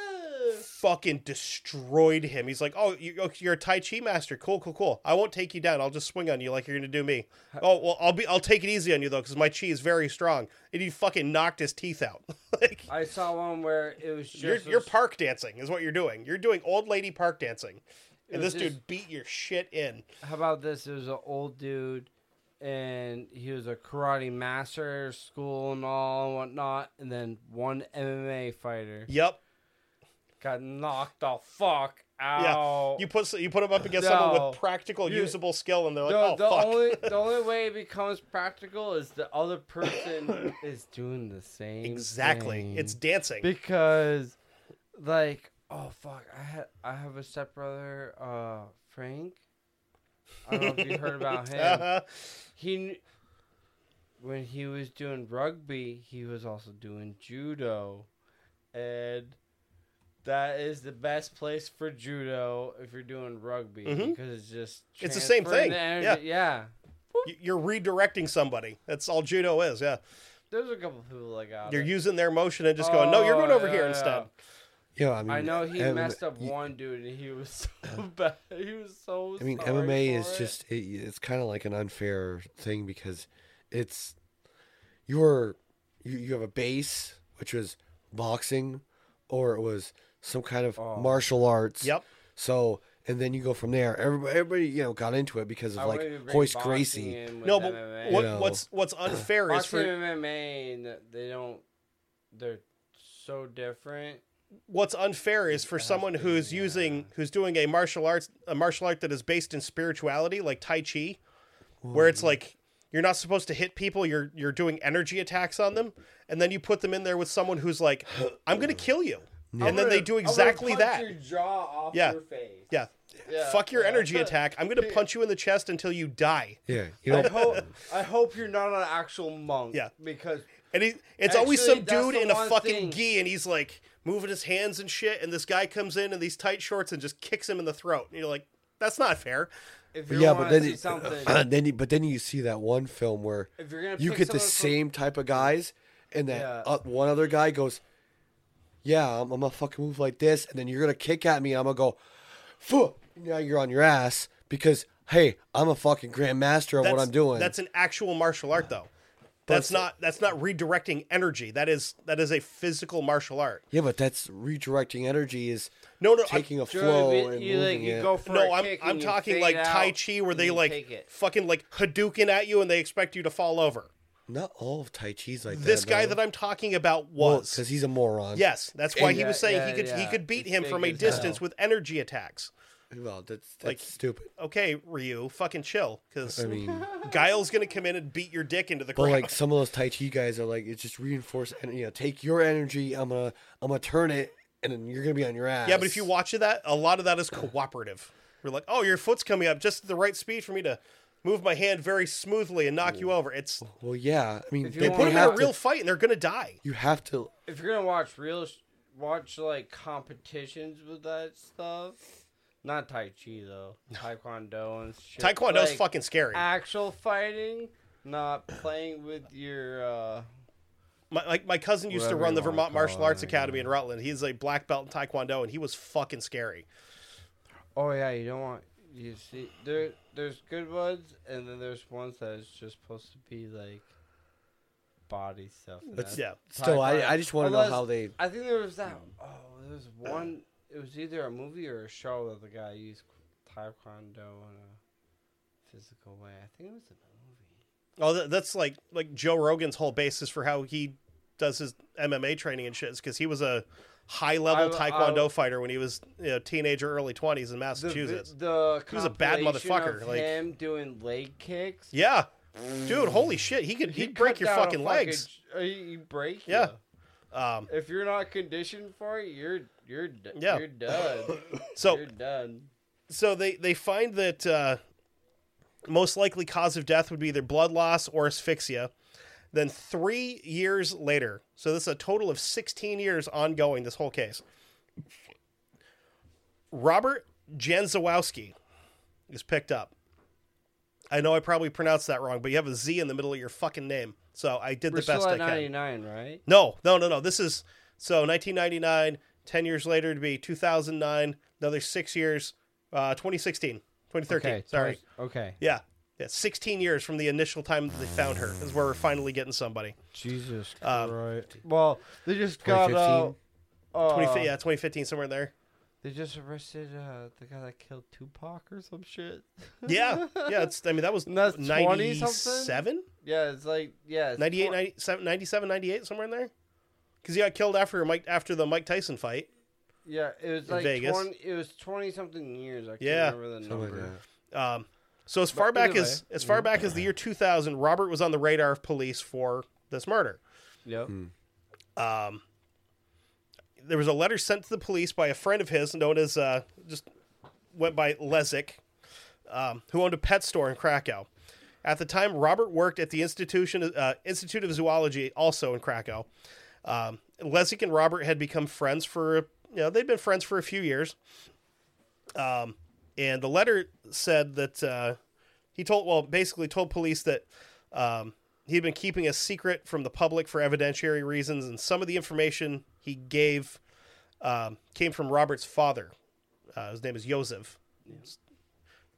Speaker 1: fucking destroyed him. He's like, Oh, you, you're a Tai Chi master. Cool, cool, cool. I won't take you down. I'll just swing on you like you're gonna do me. Oh well, I'll be I'll take it easy on you though, because my chi is very strong. And he fucking knocked his teeth out. like
Speaker 4: I saw one where it was just
Speaker 1: you're
Speaker 4: a
Speaker 1: you're
Speaker 4: s-
Speaker 1: park dancing is what you're doing. You're doing old lady park dancing, and
Speaker 4: was
Speaker 1: this
Speaker 4: just-
Speaker 1: dude beat your shit in.
Speaker 4: How about this? It was an old dude, and he was a karate master, school and all and whatnot, and then one MMA fighter
Speaker 1: Yep.
Speaker 4: got knocked the fuck
Speaker 1: Yeah,
Speaker 4: out.
Speaker 1: you put you put them up against someone
Speaker 4: No.
Speaker 1: with practical,
Speaker 4: You-
Speaker 1: usable skill, and they're like,
Speaker 4: the,
Speaker 1: "Oh
Speaker 4: the
Speaker 1: fuck!"
Speaker 4: only the only way it becomes practical is the other person is doing the same.
Speaker 1: exactly,
Speaker 4: thing.
Speaker 1: it's dancing.
Speaker 4: because like oh fuck i had i have a stepbrother uh frank i don't know if you heard about him
Speaker 1: Uh-huh.
Speaker 4: he kn- when he was doing rugby he was also doing judo and that is the best place for judo if you're doing rugby
Speaker 1: Mhm.
Speaker 4: because it's just
Speaker 1: It's the same thing,
Speaker 4: transferring the
Speaker 1: yeah.
Speaker 4: energy. yeah
Speaker 1: Y- You're redirecting somebody. That's all judo is. Yeah,
Speaker 4: there's a couple people like that
Speaker 1: you're using their motion and just going, "No, you're
Speaker 4: Oh,
Speaker 1: going over
Speaker 4: yeah,
Speaker 1: here
Speaker 4: yeah.
Speaker 1: instead."
Speaker 2: You know, I mean,
Speaker 4: I know he
Speaker 2: M-
Speaker 4: messed up
Speaker 2: you-
Speaker 4: one dude, and he was so bad. He was so.
Speaker 2: I mean,
Speaker 4: sorry
Speaker 2: MMA
Speaker 4: for
Speaker 2: is
Speaker 4: it.
Speaker 2: just it, it's kind of like an unfair thing because it's you're you, you have a base which was boxing or it was some kind of
Speaker 4: Oh.
Speaker 2: martial arts.
Speaker 1: Yep.
Speaker 2: So and then you go from there. Everybody, everybody you know got into it because of
Speaker 4: I wanted to
Speaker 2: like
Speaker 4: bring
Speaker 2: Hoist
Speaker 4: boxing
Speaker 2: Gracie.
Speaker 4: in with
Speaker 1: No, but
Speaker 4: MMA.
Speaker 1: what,
Speaker 2: You know.
Speaker 1: what's what's unfair is
Speaker 4: boxing
Speaker 1: for
Speaker 4: and MMA, and th- they don't. They're so different.
Speaker 1: what's unfair is for someone who's using who's doing a martial arts a martial art that is based in spirituality like Tai Chi, where it's like you're not supposed to hit people. You're you're doing energy attacks on them, and then you put them in there with someone who's like, "I'm gonna kill you," and then they do exactly that.
Speaker 4: Your jaw off
Speaker 1: Yeah.
Speaker 4: your face.
Speaker 1: Yeah.
Speaker 4: Yeah,
Speaker 1: Fuck your
Speaker 4: yeah.
Speaker 1: energy attack. I'm gonna punch you in the chest until you die.
Speaker 2: Yeah. You know.
Speaker 4: I hope, I hope you're not an actual monk.
Speaker 1: Yeah.
Speaker 4: Because
Speaker 1: And he, it's always
Speaker 4: Actually,
Speaker 1: some
Speaker 4: that's
Speaker 1: dude
Speaker 4: the
Speaker 1: in a
Speaker 4: one
Speaker 1: fucking
Speaker 4: thing.
Speaker 1: gi, and he's like moving his hands and shit. And this guy comes in in these tight shorts and just kicks him in the throat. And you're like, that's not fair.
Speaker 4: if
Speaker 2: But
Speaker 4: you
Speaker 2: yeah,
Speaker 4: want
Speaker 2: but
Speaker 4: to
Speaker 2: then
Speaker 4: see
Speaker 2: it- uh,
Speaker 4: something,
Speaker 2: then you, but then you see that one film where
Speaker 4: If you're gonna
Speaker 2: you
Speaker 4: pick
Speaker 2: get the
Speaker 4: someone
Speaker 2: same
Speaker 4: from-
Speaker 2: type of guys, and that
Speaker 4: Yeah.
Speaker 2: uh, one other guy goes, "Yeah, I'm, I'm gonna fucking move like this," and then you're gonna kick at me, and I'm gonna go, "Fuh!" Now you're on your ass because hey, I'm a fucking grandmaster of
Speaker 1: That's
Speaker 2: what I'm doing.
Speaker 1: That's an actual martial art, though. That's not that's not redirecting energy. That is that is a physical martial art.
Speaker 2: yeah, but that's redirecting energy is
Speaker 1: No, no, I'm-
Speaker 2: taking a
Speaker 4: Sure,
Speaker 2: flow
Speaker 4: if
Speaker 2: and
Speaker 4: you, like,
Speaker 2: moving
Speaker 4: you
Speaker 2: it.
Speaker 4: go for
Speaker 1: no,
Speaker 4: a
Speaker 1: I'm
Speaker 4: kick and
Speaker 1: I'm
Speaker 4: you
Speaker 1: talking
Speaker 4: fade
Speaker 1: like Tai
Speaker 4: out,
Speaker 1: Chi, where
Speaker 4: and
Speaker 1: they
Speaker 4: you
Speaker 1: like
Speaker 4: take it.
Speaker 1: fucking like Hadouken at you, and they expect you to fall over.
Speaker 2: Not all of Tai Chi's like
Speaker 1: This
Speaker 2: that,
Speaker 1: guy that I'm talking about was
Speaker 2: because he's a moron.
Speaker 1: Yes, that's why he
Speaker 4: Yeah,
Speaker 1: was saying
Speaker 4: yeah,
Speaker 1: he could he
Speaker 4: yeah.
Speaker 1: could beat
Speaker 4: He's
Speaker 1: him from a
Speaker 4: big as hell.
Speaker 1: distance with energy attacks.
Speaker 2: well, that's that's
Speaker 1: Like-
Speaker 2: stupid.
Speaker 1: Okay, Ryu, fucking chill, because
Speaker 2: I mean.
Speaker 1: Guile's gonna come in and beat your dick into the
Speaker 2: But
Speaker 1: ground.
Speaker 2: like some of those Tai Chi guys are like, it's just reinforce. And you know, take your energy. I'm gonna, I'm gonna turn it, and then you're gonna be on your ass.
Speaker 1: yeah, but if you watch that, a lot of that is cooperative. We're like, oh, your foot's coming up just at the right speed for me to move my hand very smoothly and knock you over. It's
Speaker 2: well, yeah. I mean,
Speaker 4: If you
Speaker 2: they
Speaker 4: want-
Speaker 1: put
Speaker 2: you
Speaker 1: him in
Speaker 2: have
Speaker 1: a
Speaker 2: to-
Speaker 1: real fight and they're gonna die.
Speaker 2: You have to.
Speaker 4: if you're gonna watch real, sh- watch like competitions with that stuff. Not Tai Chi though, Taekwondo and shit.
Speaker 1: Taekwondo's
Speaker 4: Like,
Speaker 1: fucking scary.
Speaker 4: Actual fighting, not playing with your. uh
Speaker 1: My, like my cousin used to
Speaker 4: Whatever
Speaker 1: run
Speaker 4: you
Speaker 1: the
Speaker 4: wanna
Speaker 1: Vermont
Speaker 4: call
Speaker 1: Martial
Speaker 4: it,
Speaker 1: Arts
Speaker 4: yeah.
Speaker 1: Academy in Rutland. He's a black belt in Taekwondo and he was fucking scary.
Speaker 4: Oh yeah, you don't want. You see, there there's good ones, and then there's ones that is just supposed to be like body stuff. and
Speaker 2: That's-
Speaker 4: that's
Speaker 1: Yeah.
Speaker 2: Still,
Speaker 4: Taekwondo.
Speaker 2: I, I just want to know
Speaker 4: Unless-
Speaker 2: how they.
Speaker 4: I think there was that. Oh, there was one. It was either a movie or a show that the guy used taekwondo in a physical way. I think it was a movie.
Speaker 1: Oh, that, that's like like Joe Rogan's whole basis for how he does his MMA training and shit is because he was a high level
Speaker 4: I- I-
Speaker 1: Taekwondo fighter when he was you know, teenager, early twenties in
Speaker 4: The,
Speaker 1: Massachusetts.
Speaker 4: vi- the
Speaker 1: He was a bad
Speaker 4: compilation
Speaker 1: motherfucker,
Speaker 4: Of
Speaker 1: like-
Speaker 4: him doing leg kicks.
Speaker 1: yeah, dude, holy shit, he could he'd break
Speaker 4: cut
Speaker 1: your
Speaker 4: down a
Speaker 1: fucking legs.
Speaker 4: uh, he- he break.
Speaker 1: Yeah.
Speaker 4: you.
Speaker 1: Um,
Speaker 4: If you're not conditioned for it, you're you're d-
Speaker 1: Yeah.
Speaker 4: you're done.
Speaker 1: So
Speaker 4: you're done.
Speaker 1: so they they find that uh, most likely cause of death would be either blood loss or asphyxia. Then three years later, so this is a total of sixteen years ongoing. This whole case, Robert Janzowowski is picked up. I know I probably pronounced that wrong, but you have a Z in the middle of your fucking name, so I did
Speaker 4: We're
Speaker 1: the best
Speaker 4: still at
Speaker 1: I can.
Speaker 4: 99, right?
Speaker 1: No, no, no, no. This is so 1999, 10 years later to be 2009, another six years, uh, 2016, 2013. sorry.
Speaker 4: Okay.
Speaker 1: Yeah. Yeah. 16 years from the initial time that they found her is where we're finally getting somebody.
Speaker 4: Jesus
Speaker 1: Um,
Speaker 4: Christ. Well, they just got
Speaker 2: 2015?
Speaker 4: uh, uh,
Speaker 1: 20, yeah, 2015, somewhere in there.
Speaker 4: They just arrested uh, the guy that killed Tupac or some shit.
Speaker 1: Yeah. Yeah. It's, I mean, that was
Speaker 4: And that's 20 something?
Speaker 1: 97,
Speaker 4: yeah, it's like yeah, it's
Speaker 1: 98,
Speaker 4: twen-
Speaker 1: 97, 97, 98, somewhere in there. Because he got killed after Mike after the Mike Tyson fight.
Speaker 4: yeah, it was like
Speaker 1: Vegas.
Speaker 4: 20, it was twenty something years. I can't
Speaker 1: Yeah.
Speaker 4: remember the
Speaker 2: Something like
Speaker 4: number.
Speaker 2: that.
Speaker 1: Um, so as far
Speaker 4: But
Speaker 1: back
Speaker 4: either
Speaker 1: as
Speaker 4: way.
Speaker 1: as far back as the year 2000, Robert was on the radar of police for this murder.
Speaker 4: Yep.
Speaker 2: Hmm.
Speaker 1: um, there was a letter sent to the police by a friend of his known as uh, just went by Lezick, um, who owned a pet store in Krakow. At the time, Robert worked at the institution uh, Institute of Zoology, also in Krakow. Um, Lezick and Robert had become friends for you know they'd been friends for a few years. Um, and the letter said that uh, he told well basically told police that um, he'd been keeping a secret from the public for evidentiary reasons and some of the information he gave um, came from Robert's father. Uh, his name is Joseph. It's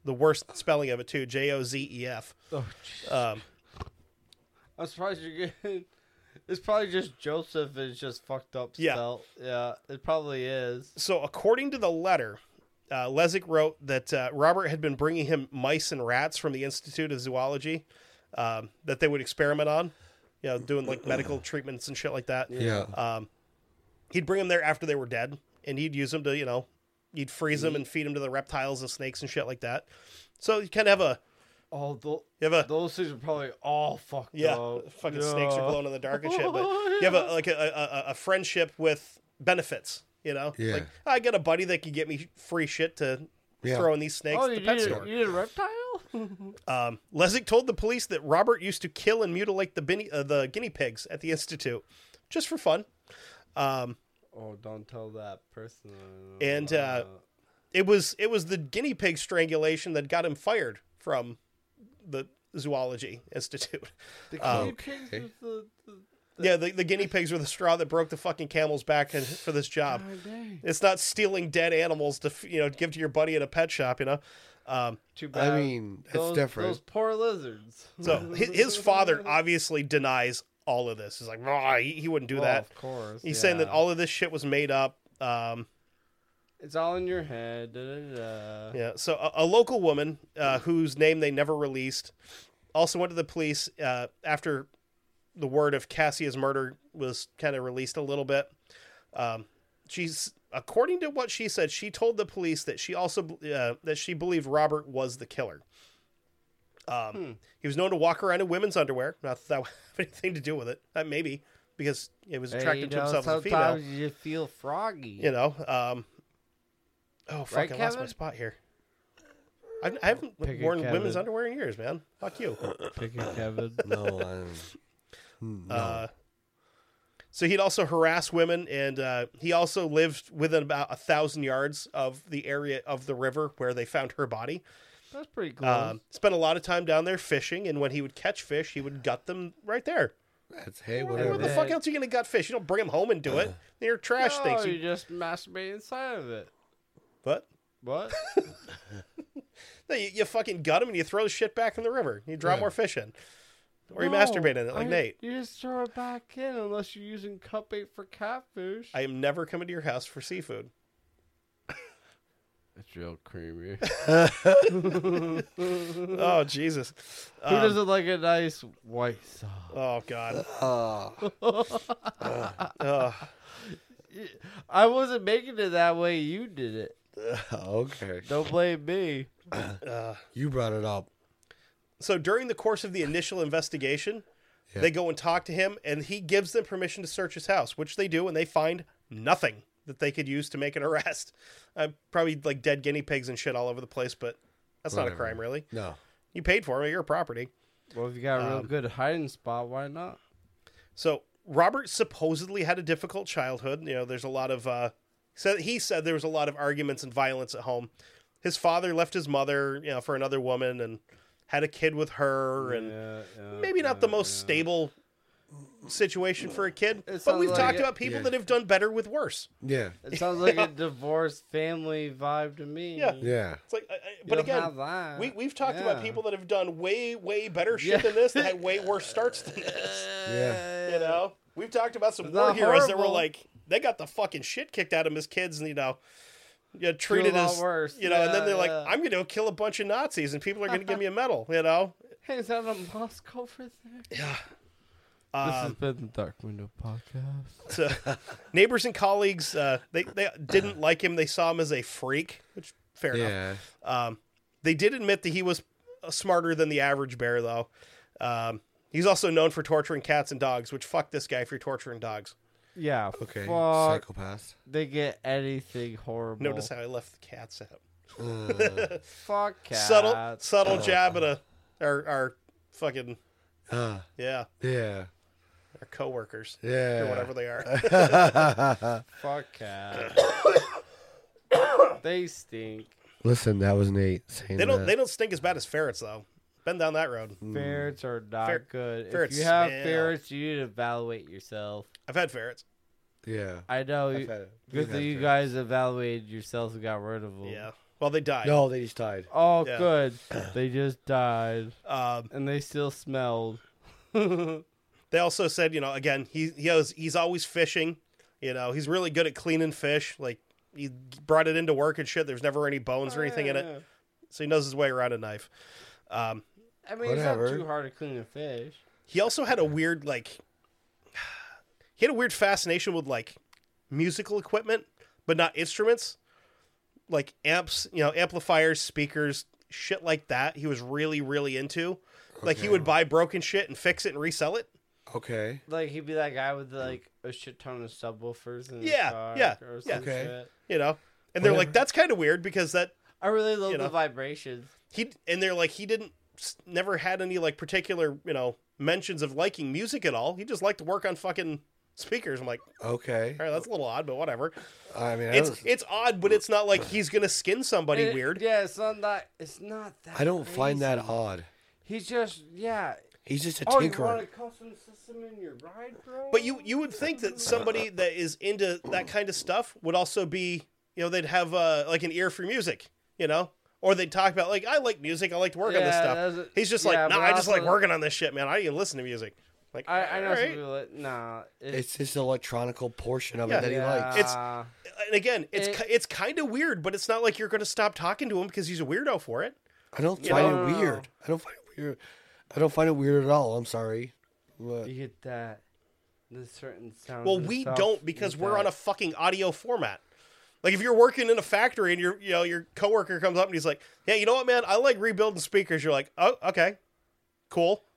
Speaker 1: The worst spelling of it too, J O Z E F.
Speaker 4: Oh,
Speaker 1: Um,
Speaker 4: I'm surprised you're getting. It's probably just Joseph is just fucked up.
Speaker 1: Yeah.
Speaker 4: Spelled. Yeah. It probably is.
Speaker 1: so according to the letter, uh, Lesig wrote that uh, Robert had been bringing him mice and rats from the Institute of Zoology um, that they would experiment on, you know, doing like medical treatments and shit like that.
Speaker 2: Yeah.
Speaker 1: he'd bring them there after they were dead, and he'd use them to, you know, you'd freeze them and feed them to the reptiles and snakes and shit like that. So you kind of have a,
Speaker 4: Oh, tho-
Speaker 1: You have a-
Speaker 4: those things are probably all fucked
Speaker 1: yeah,
Speaker 4: up.
Speaker 1: fucking snakes are
Speaker 4: Yeah.
Speaker 1: glowing in the dark and shit, but you have a like a, a, a- a friendship with benefits. You know,
Speaker 2: Yeah.
Speaker 1: like "Ah, I got a buddy that could get me free shit to
Speaker 2: Yeah.
Speaker 1: throw in these snakes
Speaker 4: Oh,
Speaker 1: at
Speaker 4: you
Speaker 1: the pet
Speaker 4: did,
Speaker 1: store.
Speaker 4: you did a reptile?
Speaker 1: Um, Lesig told the police that Robert used to kill and mutilate the, bin- uh, the guinea pigs at the institute just for fun. Um,
Speaker 4: oh, don't tell that person.
Speaker 1: And, uh, it was it was the guinea pig strangulation that got him fired from the zoology institute.
Speaker 4: the
Speaker 1: uh,
Speaker 4: guinea pigs
Speaker 2: okay.
Speaker 4: with the, the
Speaker 1: yeah, the, the guinea pigs were the straw that broke the fucking camel's back and, for this job.
Speaker 4: God dang.
Speaker 1: It's not stealing dead animals to f- you know give to your buddy at a pet shop. You know, um,
Speaker 4: Too bad.
Speaker 2: I mean, it's
Speaker 4: those,
Speaker 2: different.
Speaker 4: Those poor lizards.
Speaker 1: so hi- his father obviously denies all of this. He's like, "Nah, he, he wouldn't do
Speaker 4: Well,
Speaker 1: that.
Speaker 4: Oh, Of course.
Speaker 1: He's saying that
Speaker 4: yeah.
Speaker 1: all of this shit was made up. Um,
Speaker 4: It's all in your head. Da, da, da.
Speaker 1: Yeah. So a, a local woman uh, whose name they never released also went to the police uh, after the word of Cassia's murder was kind of released a little bit. Um, she's according to what she said, she told the police that she also uh, that she believed Robert was the killer. Um, He was known to walk aroround in women's underwear. Not that, that would have anything to do with it. Uh, maybe because it was
Speaker 4: Hey,
Speaker 1: attracted
Speaker 4: you
Speaker 1: to
Speaker 4: know,
Speaker 1: himself as a female.
Speaker 4: sometimes you feel froggy.
Speaker 1: You know, um, oh fuck,
Speaker 4: Right,
Speaker 1: I lost my
Speaker 4: Kevin?
Speaker 1: spot here. I, I haven't
Speaker 4: Pick it,
Speaker 1: worn
Speaker 4: Kevin.
Speaker 1: women's underwear in years, man. Fuck you.
Speaker 4: Pick it, Kevin.
Speaker 2: no, I'm, no.
Speaker 1: Uh, so he'd also harass women, and uh, he also lived within about a thousand yards of the area of the river where they found her body.
Speaker 4: That's pretty close.
Speaker 1: Um, spent a lot of time down there fishing, and when he would catch fish, he would gut them right there.
Speaker 2: that's hey,
Speaker 1: Where
Speaker 2: whatever.
Speaker 1: the fuck else are you gonna gut fish? You don't bring them home and do it. They're trash
Speaker 4: no,
Speaker 1: things.
Speaker 4: you
Speaker 1: You-
Speaker 4: just masturbate inside of it.
Speaker 1: What?
Speaker 4: What?
Speaker 1: No, you, you fucking gut them and you throw the shit back in the river. You draw
Speaker 2: Yeah.
Speaker 1: more fish in. Or you
Speaker 4: No,
Speaker 1: masturbate in it, like
Speaker 4: I-
Speaker 1: Nate.
Speaker 4: You just throw it back in unless you're using cup bait for catfish.
Speaker 1: I am never coming to your house for seafood.
Speaker 4: it's real creamy.
Speaker 1: Oh Jesus!
Speaker 4: Who
Speaker 1: Um,
Speaker 4: doesn't like a nice white sauce?
Speaker 1: oh God!
Speaker 2: Uh,
Speaker 1: Ugh.
Speaker 4: I wasn't making it that way. You did it.
Speaker 2: okay.
Speaker 4: Don't blame me.
Speaker 2: You brought it up.
Speaker 1: So during the course of the initial investigation,
Speaker 2: Yeah.
Speaker 1: they go and talk to him, and he gives them permission to search his house, which they do, and they find nothing that they could use to make an arrest. Uh, probably like dead guinea pigs and shit all over the place, but that's not a
Speaker 2: Whatever.
Speaker 1: crime, really.
Speaker 2: No.
Speaker 1: You paid for it; your property.
Speaker 4: Well, if you got a real
Speaker 1: Um,
Speaker 4: good hiding spot, why not?
Speaker 1: So Robert supposedly had a difficult childhood. You know, there's a lot of uh said he said there was a lot of arguments and violence at home. His father left his mother, you know, for another woman and had a kid with her and
Speaker 4: Yeah, yeah,
Speaker 1: maybe not the
Speaker 4: yeah,
Speaker 1: most
Speaker 4: yeah.
Speaker 1: stable situation for a kid. But
Speaker 4: sounds
Speaker 1: we've
Speaker 4: like
Speaker 1: talked
Speaker 4: it.
Speaker 1: about people
Speaker 2: Yeah.
Speaker 1: that have done better with worse.
Speaker 2: Yeah.
Speaker 4: It sounds like a divorced family vibe to me.
Speaker 1: Yeah.
Speaker 4: You
Speaker 2: Yeah.
Speaker 1: It's like I- I- but
Speaker 4: don't have
Speaker 1: again,
Speaker 4: that.
Speaker 1: we we've talked about
Speaker 4: Yeah.
Speaker 1: people that have done way way better shit
Speaker 4: Yeah.
Speaker 1: than this that had way worse starts than this.
Speaker 2: Yeah.
Speaker 1: You know, we've talked about some
Speaker 4: It's
Speaker 1: war
Speaker 4: not
Speaker 1: heroes that were
Speaker 4: horrible.
Speaker 1: like they got the fucking shit kicked out of them as kids, and you know, you know, treated
Speaker 4: lot
Speaker 1: as
Speaker 4: worse.
Speaker 1: you know, and then
Speaker 4: Yeah,
Speaker 1: they're like,
Speaker 4: yeah.
Speaker 1: I'm going to kill a bunch of Nazis, and people are going to give me a medal. You know,
Speaker 4: Hey, is that a mosque over there? This has
Speaker 1: um,
Speaker 4: been the Dark Window podcast.
Speaker 1: so, neighbors and colleagues, uh, they they didn't like him. They saw him as a freak, which fair enough.
Speaker 2: Yeah.
Speaker 1: Um, they did admit that he was uh, smarter than the average bear, though. Um, he's also known for torturing cats and dogs. Which fuck this guy if you're torturing dogs.
Speaker 4: Yeah.
Speaker 2: Okay.
Speaker 4: Fuck.
Speaker 2: Psychopath.
Speaker 4: They get anything horrible.
Speaker 1: Notice how I left the cats out.
Speaker 4: Fuck cats.
Speaker 1: subtle subtle jab at a our our fucking
Speaker 2: Uh,
Speaker 1: yeah
Speaker 2: yeah.
Speaker 1: our coworkers
Speaker 2: Yeah.
Speaker 1: or whatever they are.
Speaker 4: Fuck cats. they stink.
Speaker 2: Listen, that was Nate saying
Speaker 1: they don't
Speaker 2: that.
Speaker 1: they don't stink as bad as ferrets though. Been down that road.
Speaker 2: Mm.
Speaker 4: Ferrets are not
Speaker 1: Fer-
Speaker 4: good.
Speaker 1: ferrets
Speaker 4: if you have
Speaker 1: smell.
Speaker 4: ferrets, you need to evaluate yourself.
Speaker 1: I've had ferrets.
Speaker 2: Yeah.
Speaker 4: I know.
Speaker 2: I've
Speaker 4: you-
Speaker 2: had it. We've
Speaker 4: Good
Speaker 2: had
Speaker 4: that you
Speaker 2: it.
Speaker 4: guys evaluated yourselves and got rid of them.
Speaker 1: Yeah. Well, they died.
Speaker 2: No, they just died.
Speaker 4: Oh,
Speaker 1: Yeah.
Speaker 4: good. They just died,
Speaker 1: Um,
Speaker 4: and they still smelled.
Speaker 1: they also said, you know, again, he he knows he's always fishing. You know, he's really good at cleaning fish. Like he brought it into work and shit. There's never any bones or anything in it, so he knows his way around a knife. Um,
Speaker 4: I mean, it's
Speaker 2: Whatever.
Speaker 4: not too hard to clean a fish.
Speaker 1: he also had a weird like he had a weird fascination with like musical equipment but not instruments like amps you know amplifiers speakers shit like that he was really really into like he
Speaker 2: Okay.
Speaker 1: would buy broken shit and fix it and resell it
Speaker 2: Okay.
Speaker 4: Like he'd be that guy with like a shit ton of subwoofers in
Speaker 1: Yeah,
Speaker 4: his car
Speaker 1: yeah,
Speaker 4: or
Speaker 1: yeah.
Speaker 4: some
Speaker 2: Okay.
Speaker 4: shit.
Speaker 1: you know and they're like
Speaker 2: Whatever.
Speaker 1: that's kind of weird because that
Speaker 4: I really love
Speaker 1: You know.
Speaker 4: the vibrations.
Speaker 1: he and they're like he didn't s- never had any like particular you know mentions of liking music at all he just liked to work on fucking speakers i'm like
Speaker 2: Okay.
Speaker 1: all right that's a little odd but whatever
Speaker 2: I mean, I,
Speaker 1: it's
Speaker 2: don't-
Speaker 1: it's odd, but it's not like he's gonna skin somebody
Speaker 4: It-
Speaker 1: weird.
Speaker 4: Yeah, it's not that. It's not that.
Speaker 2: I don't find that
Speaker 4: crazy.
Speaker 2: odd.
Speaker 4: He's just yeah.
Speaker 2: He's just a
Speaker 4: Oh, you want
Speaker 2: tinkerer.
Speaker 4: a custom system in your ride, bro?
Speaker 1: But you you would think that somebody that is into that kind of stuff would also be you know they'd have uh, like an ear for music, you know, or they'd talk about like I like music, I like to work on this
Speaker 4: Yeah,
Speaker 1: stuff.
Speaker 4: that's-
Speaker 1: He's just
Speaker 4: yeah,
Speaker 1: like, no,
Speaker 4: but
Speaker 1: I just
Speaker 4: also-
Speaker 1: like working on this shit, man. I don't even listen to music. Like
Speaker 4: I, I know
Speaker 1: all
Speaker 4: some
Speaker 1: right.
Speaker 4: people that nah. It,
Speaker 2: It's this electronical portion of
Speaker 1: Yeah.
Speaker 2: it that he likes.
Speaker 1: It's- and again, it's
Speaker 4: It-
Speaker 1: ki it's kind of weird, but it's not like you're gonna stop talking to him because he's a weirdo for it.
Speaker 2: I don't
Speaker 1: Yeah.
Speaker 2: find
Speaker 4: No,
Speaker 2: it
Speaker 4: no, no.
Speaker 2: weird. I don't find it weird. I don't find it weird at all. I'm sorry. But
Speaker 4: you get that. The certain sound.
Speaker 1: Well,
Speaker 4: and
Speaker 1: we
Speaker 4: stuff,
Speaker 1: don't
Speaker 4: you
Speaker 1: because
Speaker 4: get
Speaker 1: we're on
Speaker 4: that.
Speaker 1: a fucking audio format. Like if you're working in a factory and your you know your coworker comes up and he's like, "Yeah, you know what, man? I like rebuilding speakers." You're like, "Oh, okay, cool."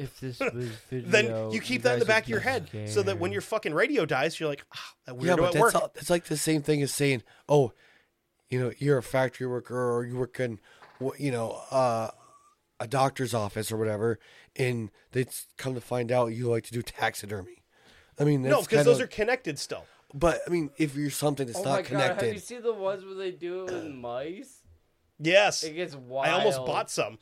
Speaker 4: If this was video,
Speaker 1: Then you keep that in the
Speaker 4: guys would
Speaker 1: back of your
Speaker 4: be
Speaker 1: head so that when your fucking radio dies, you're like, ah, "That
Speaker 2: yeah,
Speaker 1: weirdo
Speaker 2: but
Speaker 1: at
Speaker 2: that's,
Speaker 1: work."
Speaker 2: all, that's like the same thing as saying, "Oh, you know, you're a factory worker or you work in, wh- you know, uh, a doctor's office or whatever," and they s- come to find out you like to do taxidermy. I mean, that's
Speaker 1: no, because
Speaker 2: kinda-
Speaker 1: those are connected still.
Speaker 2: But I mean, if you're something that's
Speaker 4: Oh my
Speaker 2: not
Speaker 4: god! Have you
Speaker 2: connected,
Speaker 4: seen the ones where they do it with mice?
Speaker 1: Yes,
Speaker 4: It gets wild.
Speaker 1: I almost bought some.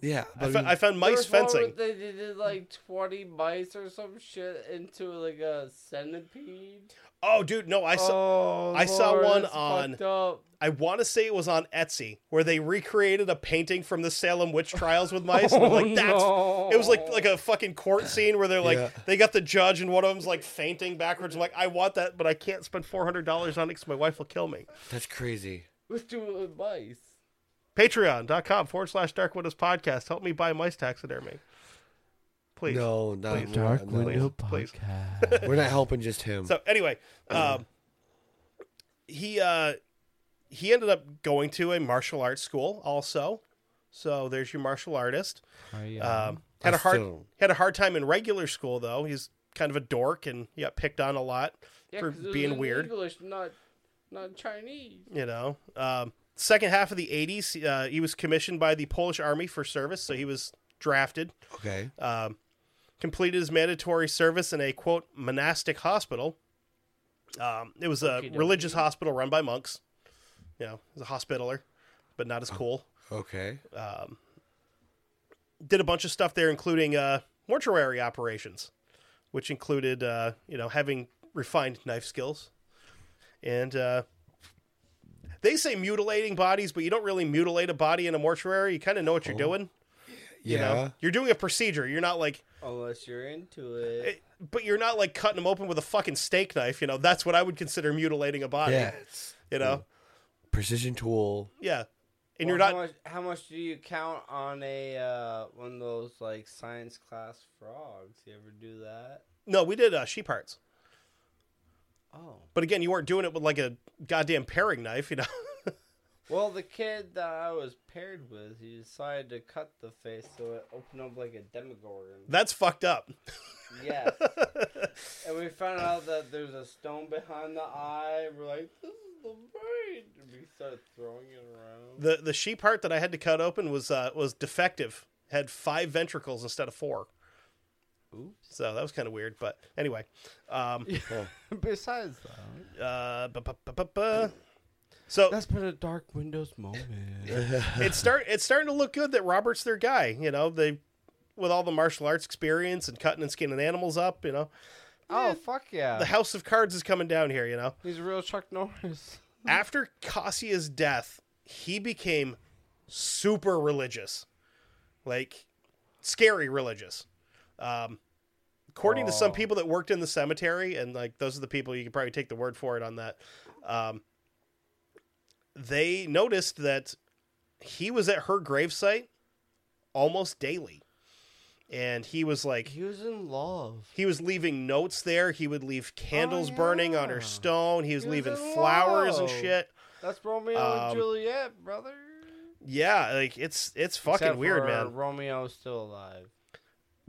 Speaker 2: yeah,
Speaker 1: I,
Speaker 2: but
Speaker 1: fo-
Speaker 2: I mean,
Speaker 1: I found mice
Speaker 4: There's one where
Speaker 1: fencing.
Speaker 4: They, they did like twenty mice or some shit into like a centipede.
Speaker 1: Oh, dude, no, I saw.
Speaker 4: oh,
Speaker 1: I saw
Speaker 4: Lord,
Speaker 1: one
Speaker 4: that's
Speaker 1: on-
Speaker 4: fucked up.
Speaker 1: I want to say it was on Etsy where they recreated a painting from the Salem witch trials with mice. and I'm like that's
Speaker 4: no.
Speaker 1: it was like like a fucking court scene where they're like
Speaker 2: Yeah.
Speaker 1: they got the judge and one of them's like fainting backwards. I'm like I want that, but I can't spend four hundred dollars on it because my wife will kill me.
Speaker 2: that's crazy.
Speaker 4: Let's do it with mice.
Speaker 1: Patreon.com forward slash Dark Widows podcast. Help me buy mice taxidermy, please.
Speaker 2: No, not
Speaker 1: Please.
Speaker 2: we're not- no.
Speaker 1: please.
Speaker 3: Podcast.
Speaker 2: We're not helping just him.
Speaker 1: So anyway, um, he uh, he ended up going to a martial arts school also. So there's your martial artist.
Speaker 3: Are you-
Speaker 1: Um, had
Speaker 2: I
Speaker 1: a hard
Speaker 2: still-
Speaker 1: had a hard time in regular school though. He's kind of a dork and he got picked on a lot
Speaker 4: Yeah,
Speaker 1: for
Speaker 4: 'cause it was
Speaker 1: being
Speaker 4: in
Speaker 1: weird.
Speaker 4: English, not not Chinese.
Speaker 1: you know um, second half of the 80s uh, he was commissioned by the polish army for service so he was drafted
Speaker 2: okay,
Speaker 1: um, completed his mandatory service in a quote monastic hospital um, it was a
Speaker 4: Okey-dokey.
Speaker 1: religious hospital run by monks you know he's a hospitaler but not as cool
Speaker 2: okay,
Speaker 1: did a bunch of stuff there including uh, mortuary operations which included uh, you know having refined knife skills and uh, they say mutilating bodies but you don't really mutilate a body in a mortuary you kind of know what you're doing you
Speaker 2: yeah.
Speaker 1: know you're doing a procedure you're not like
Speaker 4: Unless you're into it.
Speaker 1: it- but you're not like cutting them open with a fucking steak knife you know that's what i would consider mutilating a body
Speaker 2: Yeah, it's
Speaker 1: you know
Speaker 2: precision tool.
Speaker 1: yeah and you're
Speaker 4: Well,
Speaker 1: not
Speaker 4: How much, how much do you count on a uh, one of those like science class frogs? You ever do that?
Speaker 1: no we did uh, sheep hearts
Speaker 4: Oh.
Speaker 1: but again you weren't doing it with like a goddamn paring knife you know
Speaker 4: Well, the kid that I was paired with, he decided to cut the face so it opened up like a demogorgon.
Speaker 1: that's fucked up
Speaker 4: yes. And we found out that there's a stone behind the eye. We're like, this is the brain. And we started throwing it around.
Speaker 1: The the sheep heart that I had to cut open was uh, was defective. Had five ventricles instead of four.
Speaker 4: Oops.
Speaker 1: So that was kind of weird, but anyway. Um,
Speaker 4: Besides that,
Speaker 1: uh, bu- bu- bu- bu- bu. So
Speaker 4: that's been a dark windows moment.
Speaker 1: it's start it's starting to look good that Robert's their guy. You know they with all the martial arts experience and cutting and skinning animals up. You know
Speaker 4: Oh fuck yeah!
Speaker 1: The House of Cards is coming down here, you know?
Speaker 4: He's a real Chuck Norris.
Speaker 1: After Cassia's death, he became super religious. Like, scary religious. Um, according to some
Speaker 4: Oh.
Speaker 1: people that worked in the cemetery, and like those are the people you can probably take the word for it on that. Um, they noticed that he was at her gravesite almost daily, and he was like
Speaker 4: He was in love.
Speaker 1: he was leaving notes there. He would leave candles burning on her
Speaker 4: Oh, yeah.
Speaker 1: stone. He was
Speaker 4: He was
Speaker 1: leaving
Speaker 4: in
Speaker 1: flowers and
Speaker 4: love.
Speaker 1: shit.
Speaker 4: That's Romeo
Speaker 1: Um,
Speaker 4: and Juliet, brother.
Speaker 1: Yeah, like it's it's fucking
Speaker 4: Except
Speaker 1: weird,
Speaker 4: for
Speaker 1: man.
Speaker 4: Romeo's still alive.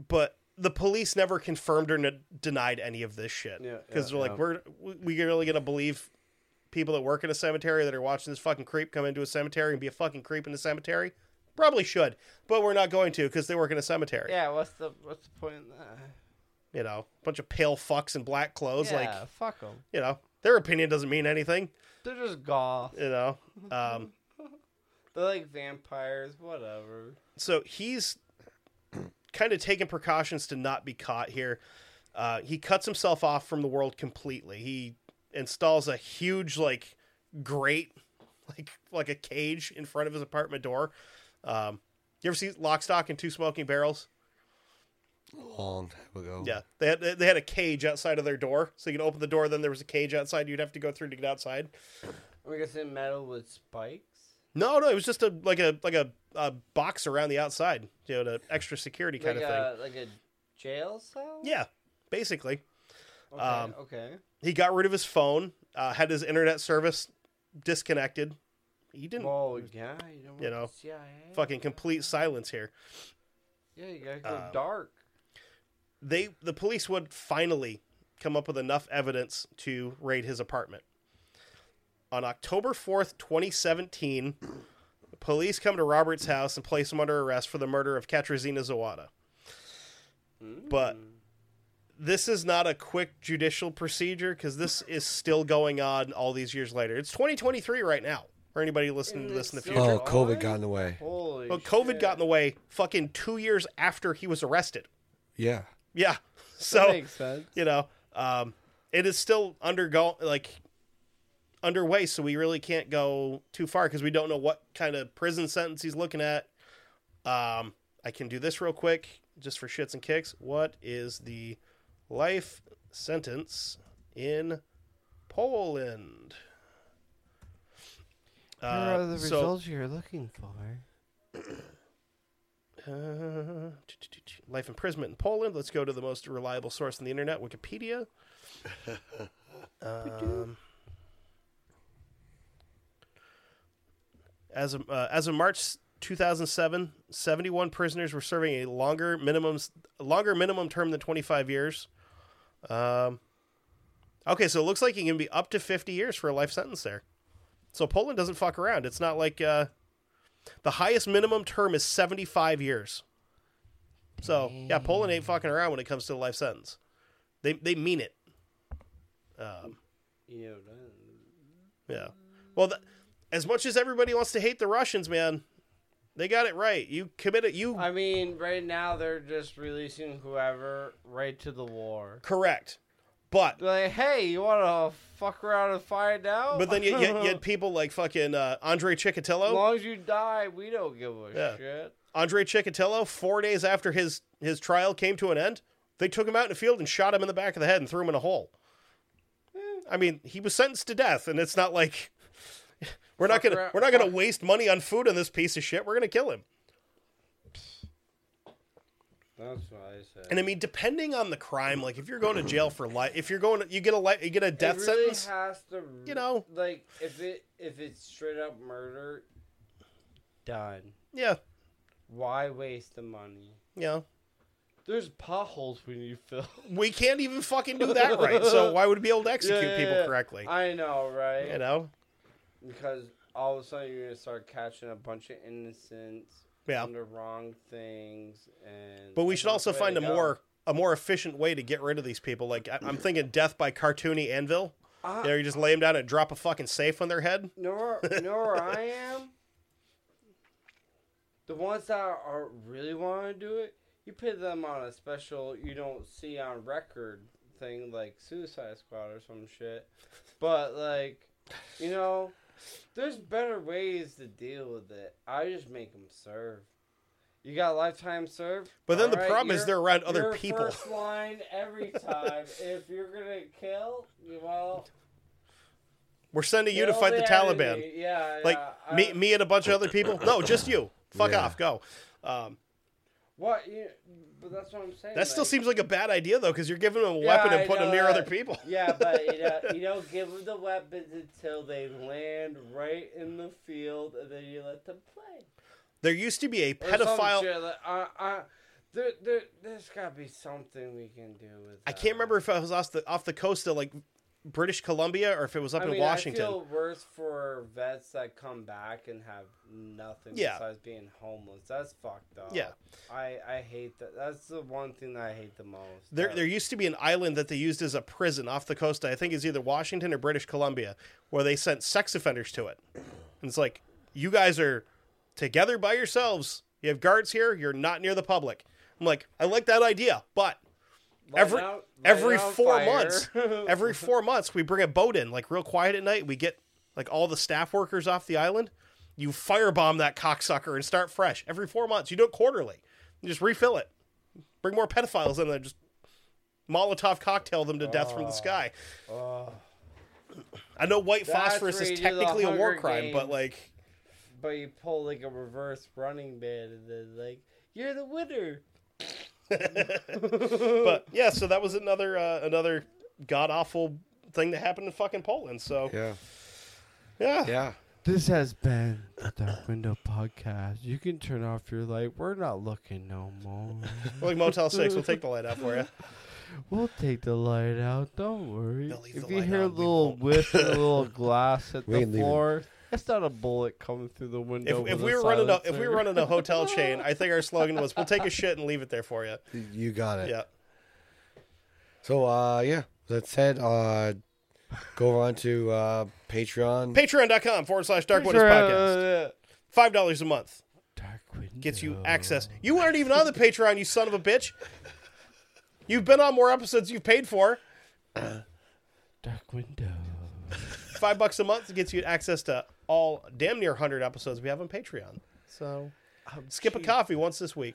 Speaker 1: But the police never confirmed or n- denied any of this shit
Speaker 4: Yeah,
Speaker 1: because
Speaker 4: yeah,
Speaker 1: they're
Speaker 4: yeah.
Speaker 1: like, we're we- we really gonna believe people that work in a cemetery that are watching this fucking creep come into a cemetery and be a fucking creep in the cemetery? Probably should, but we're not going to because they work in a cemetery.
Speaker 4: Yeah, what's the what's the point in that?
Speaker 1: You know, bunch of pale fucks in black clothes.
Speaker 4: yeah,
Speaker 1: Like,
Speaker 4: fuck them.
Speaker 1: you know, their opinion doesn't mean anything.
Speaker 4: They're just goth.
Speaker 1: You know.
Speaker 4: Mm-hmm.
Speaker 1: Um,
Speaker 4: They're like vampires, whatever.
Speaker 1: so he's kind of taking precautions to not be caught here. Uh, he cuts himself off from the world completely. He installs a huge like grate, like like a cage in front of his apartment door. Um, you ever see Lock, Stock, and Two Smoking Barrels?
Speaker 2: Long time ago.
Speaker 1: Yeah, they had they had a cage outside of their door, so you could open the door. Then there was a cage outside. You'd have to go through to get outside.
Speaker 4: We're gonna say metal with spikes.
Speaker 1: No, no, it was just a like a like a, a box around the outside, you know, to extra security kind
Speaker 4: like
Speaker 1: of
Speaker 4: a like a jail cell.
Speaker 1: thing. Yeah, basically.
Speaker 4: Okay.
Speaker 1: um,
Speaker 4: okay.
Speaker 1: he got rid of his phone, uh, had his internet service disconnected. He didn't
Speaker 4: Well, yeah. You, don't
Speaker 1: you
Speaker 4: want
Speaker 1: know,
Speaker 4: the CIA.
Speaker 1: fucking complete silence here.
Speaker 4: Yeah, you gotta go
Speaker 1: um,
Speaker 4: dark.
Speaker 1: They the police would finally come up with enough evidence to raid his apartment. On October 4th, 2017, the police come to Robert's house and place him under arrest for the murder of Katrizina Zawada. But this is not a quick judicial procedure because this is still going on all these years later. It's 2023 right now. For anybody listening
Speaker 4: And
Speaker 1: to this in the
Speaker 4: it's
Speaker 1: future,
Speaker 4: still-
Speaker 2: Oh, COVID
Speaker 4: Alright.
Speaker 2: got in the way.
Speaker 4: Holy.
Speaker 1: but COVID
Speaker 4: shit.
Speaker 1: got in the way. Fucking two years after he was arrested.
Speaker 2: Yeah.
Speaker 1: Yeah,
Speaker 4: That
Speaker 1: so
Speaker 4: makes sense.
Speaker 1: you know, um, it is still undergo like underway. So we really can't go too far because we don't know what kind of prison sentence he's looking at. Um, I can do this real quick just for shits and kicks. What is the life sentence in Poland?
Speaker 4: Here are
Speaker 1: Uh,
Speaker 4: the
Speaker 1: so-
Speaker 4: results you're looking for.
Speaker 1: Uh, life imprisonment in Poland. Let's go to the most reliable source on the internet, Wikipedia. um, as of uh, as of March 2007, 71 prisoners were serving a longer minimum longer minimum term than 25 years. Um, okay, so it looks like you can be up to 50 years for a life sentence there. So Poland doesn't fuck around. It's not like uh, the highest minimum term is 75 years. So, yeah, Poland ain't fucking around when it comes to the life sentence. They they mean it. Um,
Speaker 4: You know, that-
Speaker 1: yeah. Well, th as much as everybody wants to hate the Russians, man, they got it right. You committed you
Speaker 4: I mean, right now they're just releasing whoever right to the war.
Speaker 1: correct. But
Speaker 4: They're like, hey, you want to fuck around and find out?
Speaker 1: but then you, you, you had people like fucking uh, Andre
Speaker 4: as
Speaker 1: Chikatilo.
Speaker 4: long as you die, we don't give a
Speaker 1: Yeah.
Speaker 4: shit.
Speaker 1: Andre Chikatilo, four days after his his trial came to an end, they took him out in the field and shot him in the back of the head and threw him in a hole. I mean, he was sentenced to death, and it's not like we're not
Speaker 4: Fuck
Speaker 1: gonna
Speaker 4: around-
Speaker 1: we're not gonna
Speaker 4: fuck-
Speaker 1: waste money on food on this piece of shit. We're gonna kill him.
Speaker 4: That's what I said.
Speaker 1: And I mean, depending on the crime, like if you're going to jail for life, if you're going, you get a li you get a death
Speaker 4: it really
Speaker 1: sentence.
Speaker 4: has to,
Speaker 1: You know.
Speaker 4: like if it if it's straight up murder, done.
Speaker 1: yeah,
Speaker 4: Why waste the money?
Speaker 1: yeah.
Speaker 4: There's potholes we need to fill.
Speaker 1: We can't even fucking do that right. So why would we be able to execute
Speaker 4: Yeah, yeah,
Speaker 1: people
Speaker 4: yeah.
Speaker 1: correctly?
Speaker 4: I know, right?
Speaker 1: you know,
Speaker 4: Because all of a sudden you're gonna start catching a bunch of innocents
Speaker 1: yeah.
Speaker 4: doing the wrong things, and
Speaker 1: But we
Speaker 4: that's
Speaker 1: should
Speaker 4: not
Speaker 1: also
Speaker 4: the way
Speaker 1: find
Speaker 4: to
Speaker 1: a
Speaker 4: go.
Speaker 1: more a more efficient way to get rid of these people. Like I, I'm thinking death by cartoony anvil.
Speaker 4: Ah.
Speaker 1: There, you just lay them down and drop a fucking safe on their head.
Speaker 4: You know where, you know where I am? The ones that are really want to do it, you put them on a special you don't see on record thing like Suicide Squad or some shit. But like, you know, there's better ways to deal with it. I just make them serve. You got lifetime serve.
Speaker 1: But then the
Speaker 4: Alright,
Speaker 1: problem is
Speaker 4: you're-
Speaker 1: they're around other
Speaker 4: you're
Speaker 1: people.
Speaker 4: First line every time. if you're gonna kill, well,
Speaker 1: We're sending you to
Speaker 4: kill
Speaker 1: fight the, Taliban.
Speaker 4: enemy. Yeah,
Speaker 1: Like
Speaker 4: yeah,
Speaker 1: me,
Speaker 4: I-
Speaker 1: me and a bunch of other people. No, just you. Fuck
Speaker 2: Yeah.
Speaker 1: off. Go. Um,
Speaker 4: What? You, but that's what I'm saying.
Speaker 1: that still
Speaker 4: like-
Speaker 1: seems like a bad idea though, because you're giving them a weapon
Speaker 4: Yeah,
Speaker 1: and
Speaker 4: I
Speaker 1: putting them
Speaker 4: know
Speaker 1: near
Speaker 4: that.
Speaker 1: other people.
Speaker 4: yeah, but you, know, you don't give them the weapons until they land right in the field, and then you let them play.
Speaker 1: There used to be a
Speaker 4: Or some
Speaker 1: pedophile.
Speaker 4: shit like- I- I- there, there, there's got to be something we can do with.
Speaker 1: I
Speaker 4: that.
Speaker 1: can't remember if I was off the off the coast of like British Columbia or if it was up
Speaker 4: I
Speaker 1: in
Speaker 4: mean,
Speaker 1: Washington.
Speaker 4: I feel worse for vets that come back and have nothing
Speaker 1: Yeah.
Speaker 4: besides being homeless. That's fucked up.
Speaker 1: Yeah.
Speaker 4: I, I hate that. That's the one thing that I hate the most.
Speaker 1: There,
Speaker 4: that-
Speaker 1: there used to be an island that they used as a prison off the coast. I think it's either Washington or British Columbia, where they sent sex offenders to it. And it's like, you guys are together by yourselves. You have guards here. You're not near the public. I'm like, I like that idea, but
Speaker 4: Light
Speaker 1: every
Speaker 4: it out- light
Speaker 1: every
Speaker 4: it on
Speaker 1: four
Speaker 4: fire.
Speaker 1: months, every four months, we bring a boat in, like real quiet at night. We get like all the staff workers off the island. You firebomb that cocksucker and start fresh every four months. You do it quarterly. You just refill it. Bring more pedophiles in there. Just Molotov cocktail them to death
Speaker 4: Oh.
Speaker 1: from the sky. I know white
Speaker 4: That's
Speaker 1: phosphorus
Speaker 4: where
Speaker 1: is
Speaker 4: you do the
Speaker 1: technically a war
Speaker 4: Hunger
Speaker 1: crime, but
Speaker 4: Games.
Speaker 1: like,
Speaker 4: But you pull like a reverse running man and then like you're the winner.
Speaker 1: but yeah. So that was another uh, another god awful thing that happened in fucking Poland. So
Speaker 2: Yeah.
Speaker 1: yeah,
Speaker 2: Yeah.
Speaker 4: This has been the Dark Window Podcast. You can turn off your light. We're not looking no more.
Speaker 1: like Motel Six, we'll take the light out for you.
Speaker 4: We'll take the light out. Don't worry.
Speaker 1: They'll leave
Speaker 4: If
Speaker 1: the
Speaker 4: you
Speaker 1: light
Speaker 4: hear a
Speaker 1: on, we
Speaker 4: little
Speaker 1: won't.
Speaker 4: whiff, and a little glass at
Speaker 2: We
Speaker 4: the
Speaker 2: can leave it.
Speaker 4: floor, it's not a bullet coming through the
Speaker 1: If,
Speaker 4: window.
Speaker 1: if
Speaker 4: with
Speaker 1: we
Speaker 4: a
Speaker 1: were running a, if we
Speaker 4: silencer.
Speaker 1: were running a hotel chain, I think our slogan was "We'll take a shit and leave it there for you."
Speaker 2: You got it.
Speaker 1: Yeah,
Speaker 2: So uh yeah, that said, uh go on to uh Patreon.
Speaker 1: Patreon.com forward slash Dark Windows
Speaker 4: Sure,
Speaker 1: Podcast.
Speaker 4: uh,
Speaker 1: Five dollars a month
Speaker 4: Dark Window
Speaker 1: gets you access. You aren't even on the Patreon, you son of a bitch. You've been on more episodes you've paid for.
Speaker 4: Dark Window.
Speaker 1: Five bucks a month gets you access to all damn near hundred episodes we have on Patreon.
Speaker 4: So I'm
Speaker 1: Skip a
Speaker 4: cheap.
Speaker 1: coffee once this week.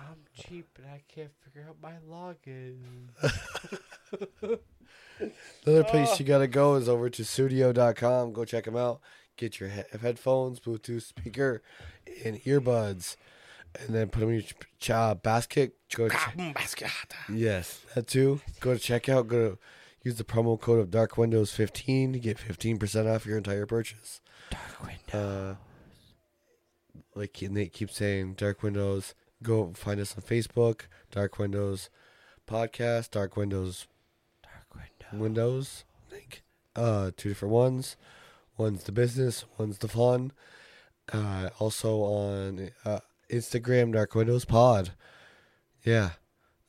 Speaker 4: I'm cheap and I can't figure out my login.
Speaker 2: Another place you gotta go is over to studio.com. Go check them out. Get your he- headphones, Bluetooth speaker, and earbuds, and then put them in your ch- uh, basket. Go ch- yes, that too. Go to checkout. Go to use the promo code of Dark Windows 15 to get 15% off your entire purchase. uh, like Nate keeps saying, Dark Windows. Go find us on Facebook, Dark Windows Podcast, Dark Windows, Dark Windows, Windows. I think uh, two different ones. One's the business, one's the fun. Uh, also on uh, Instagram, Dark Windows Pod. Yeah,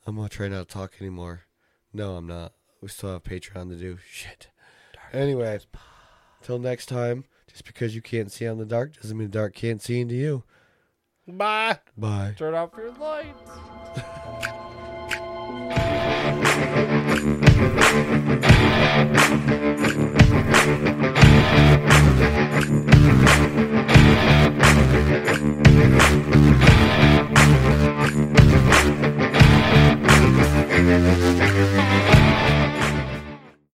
Speaker 2: I'm gonna try not to talk anymore. No, I'm not. We still have Patreon to do. Shit. anyway, till next time. Just because you can't see on the dark doesn't mean the dark can't see into you.
Speaker 1: Bye.
Speaker 2: Bye.
Speaker 4: Turn off your lights.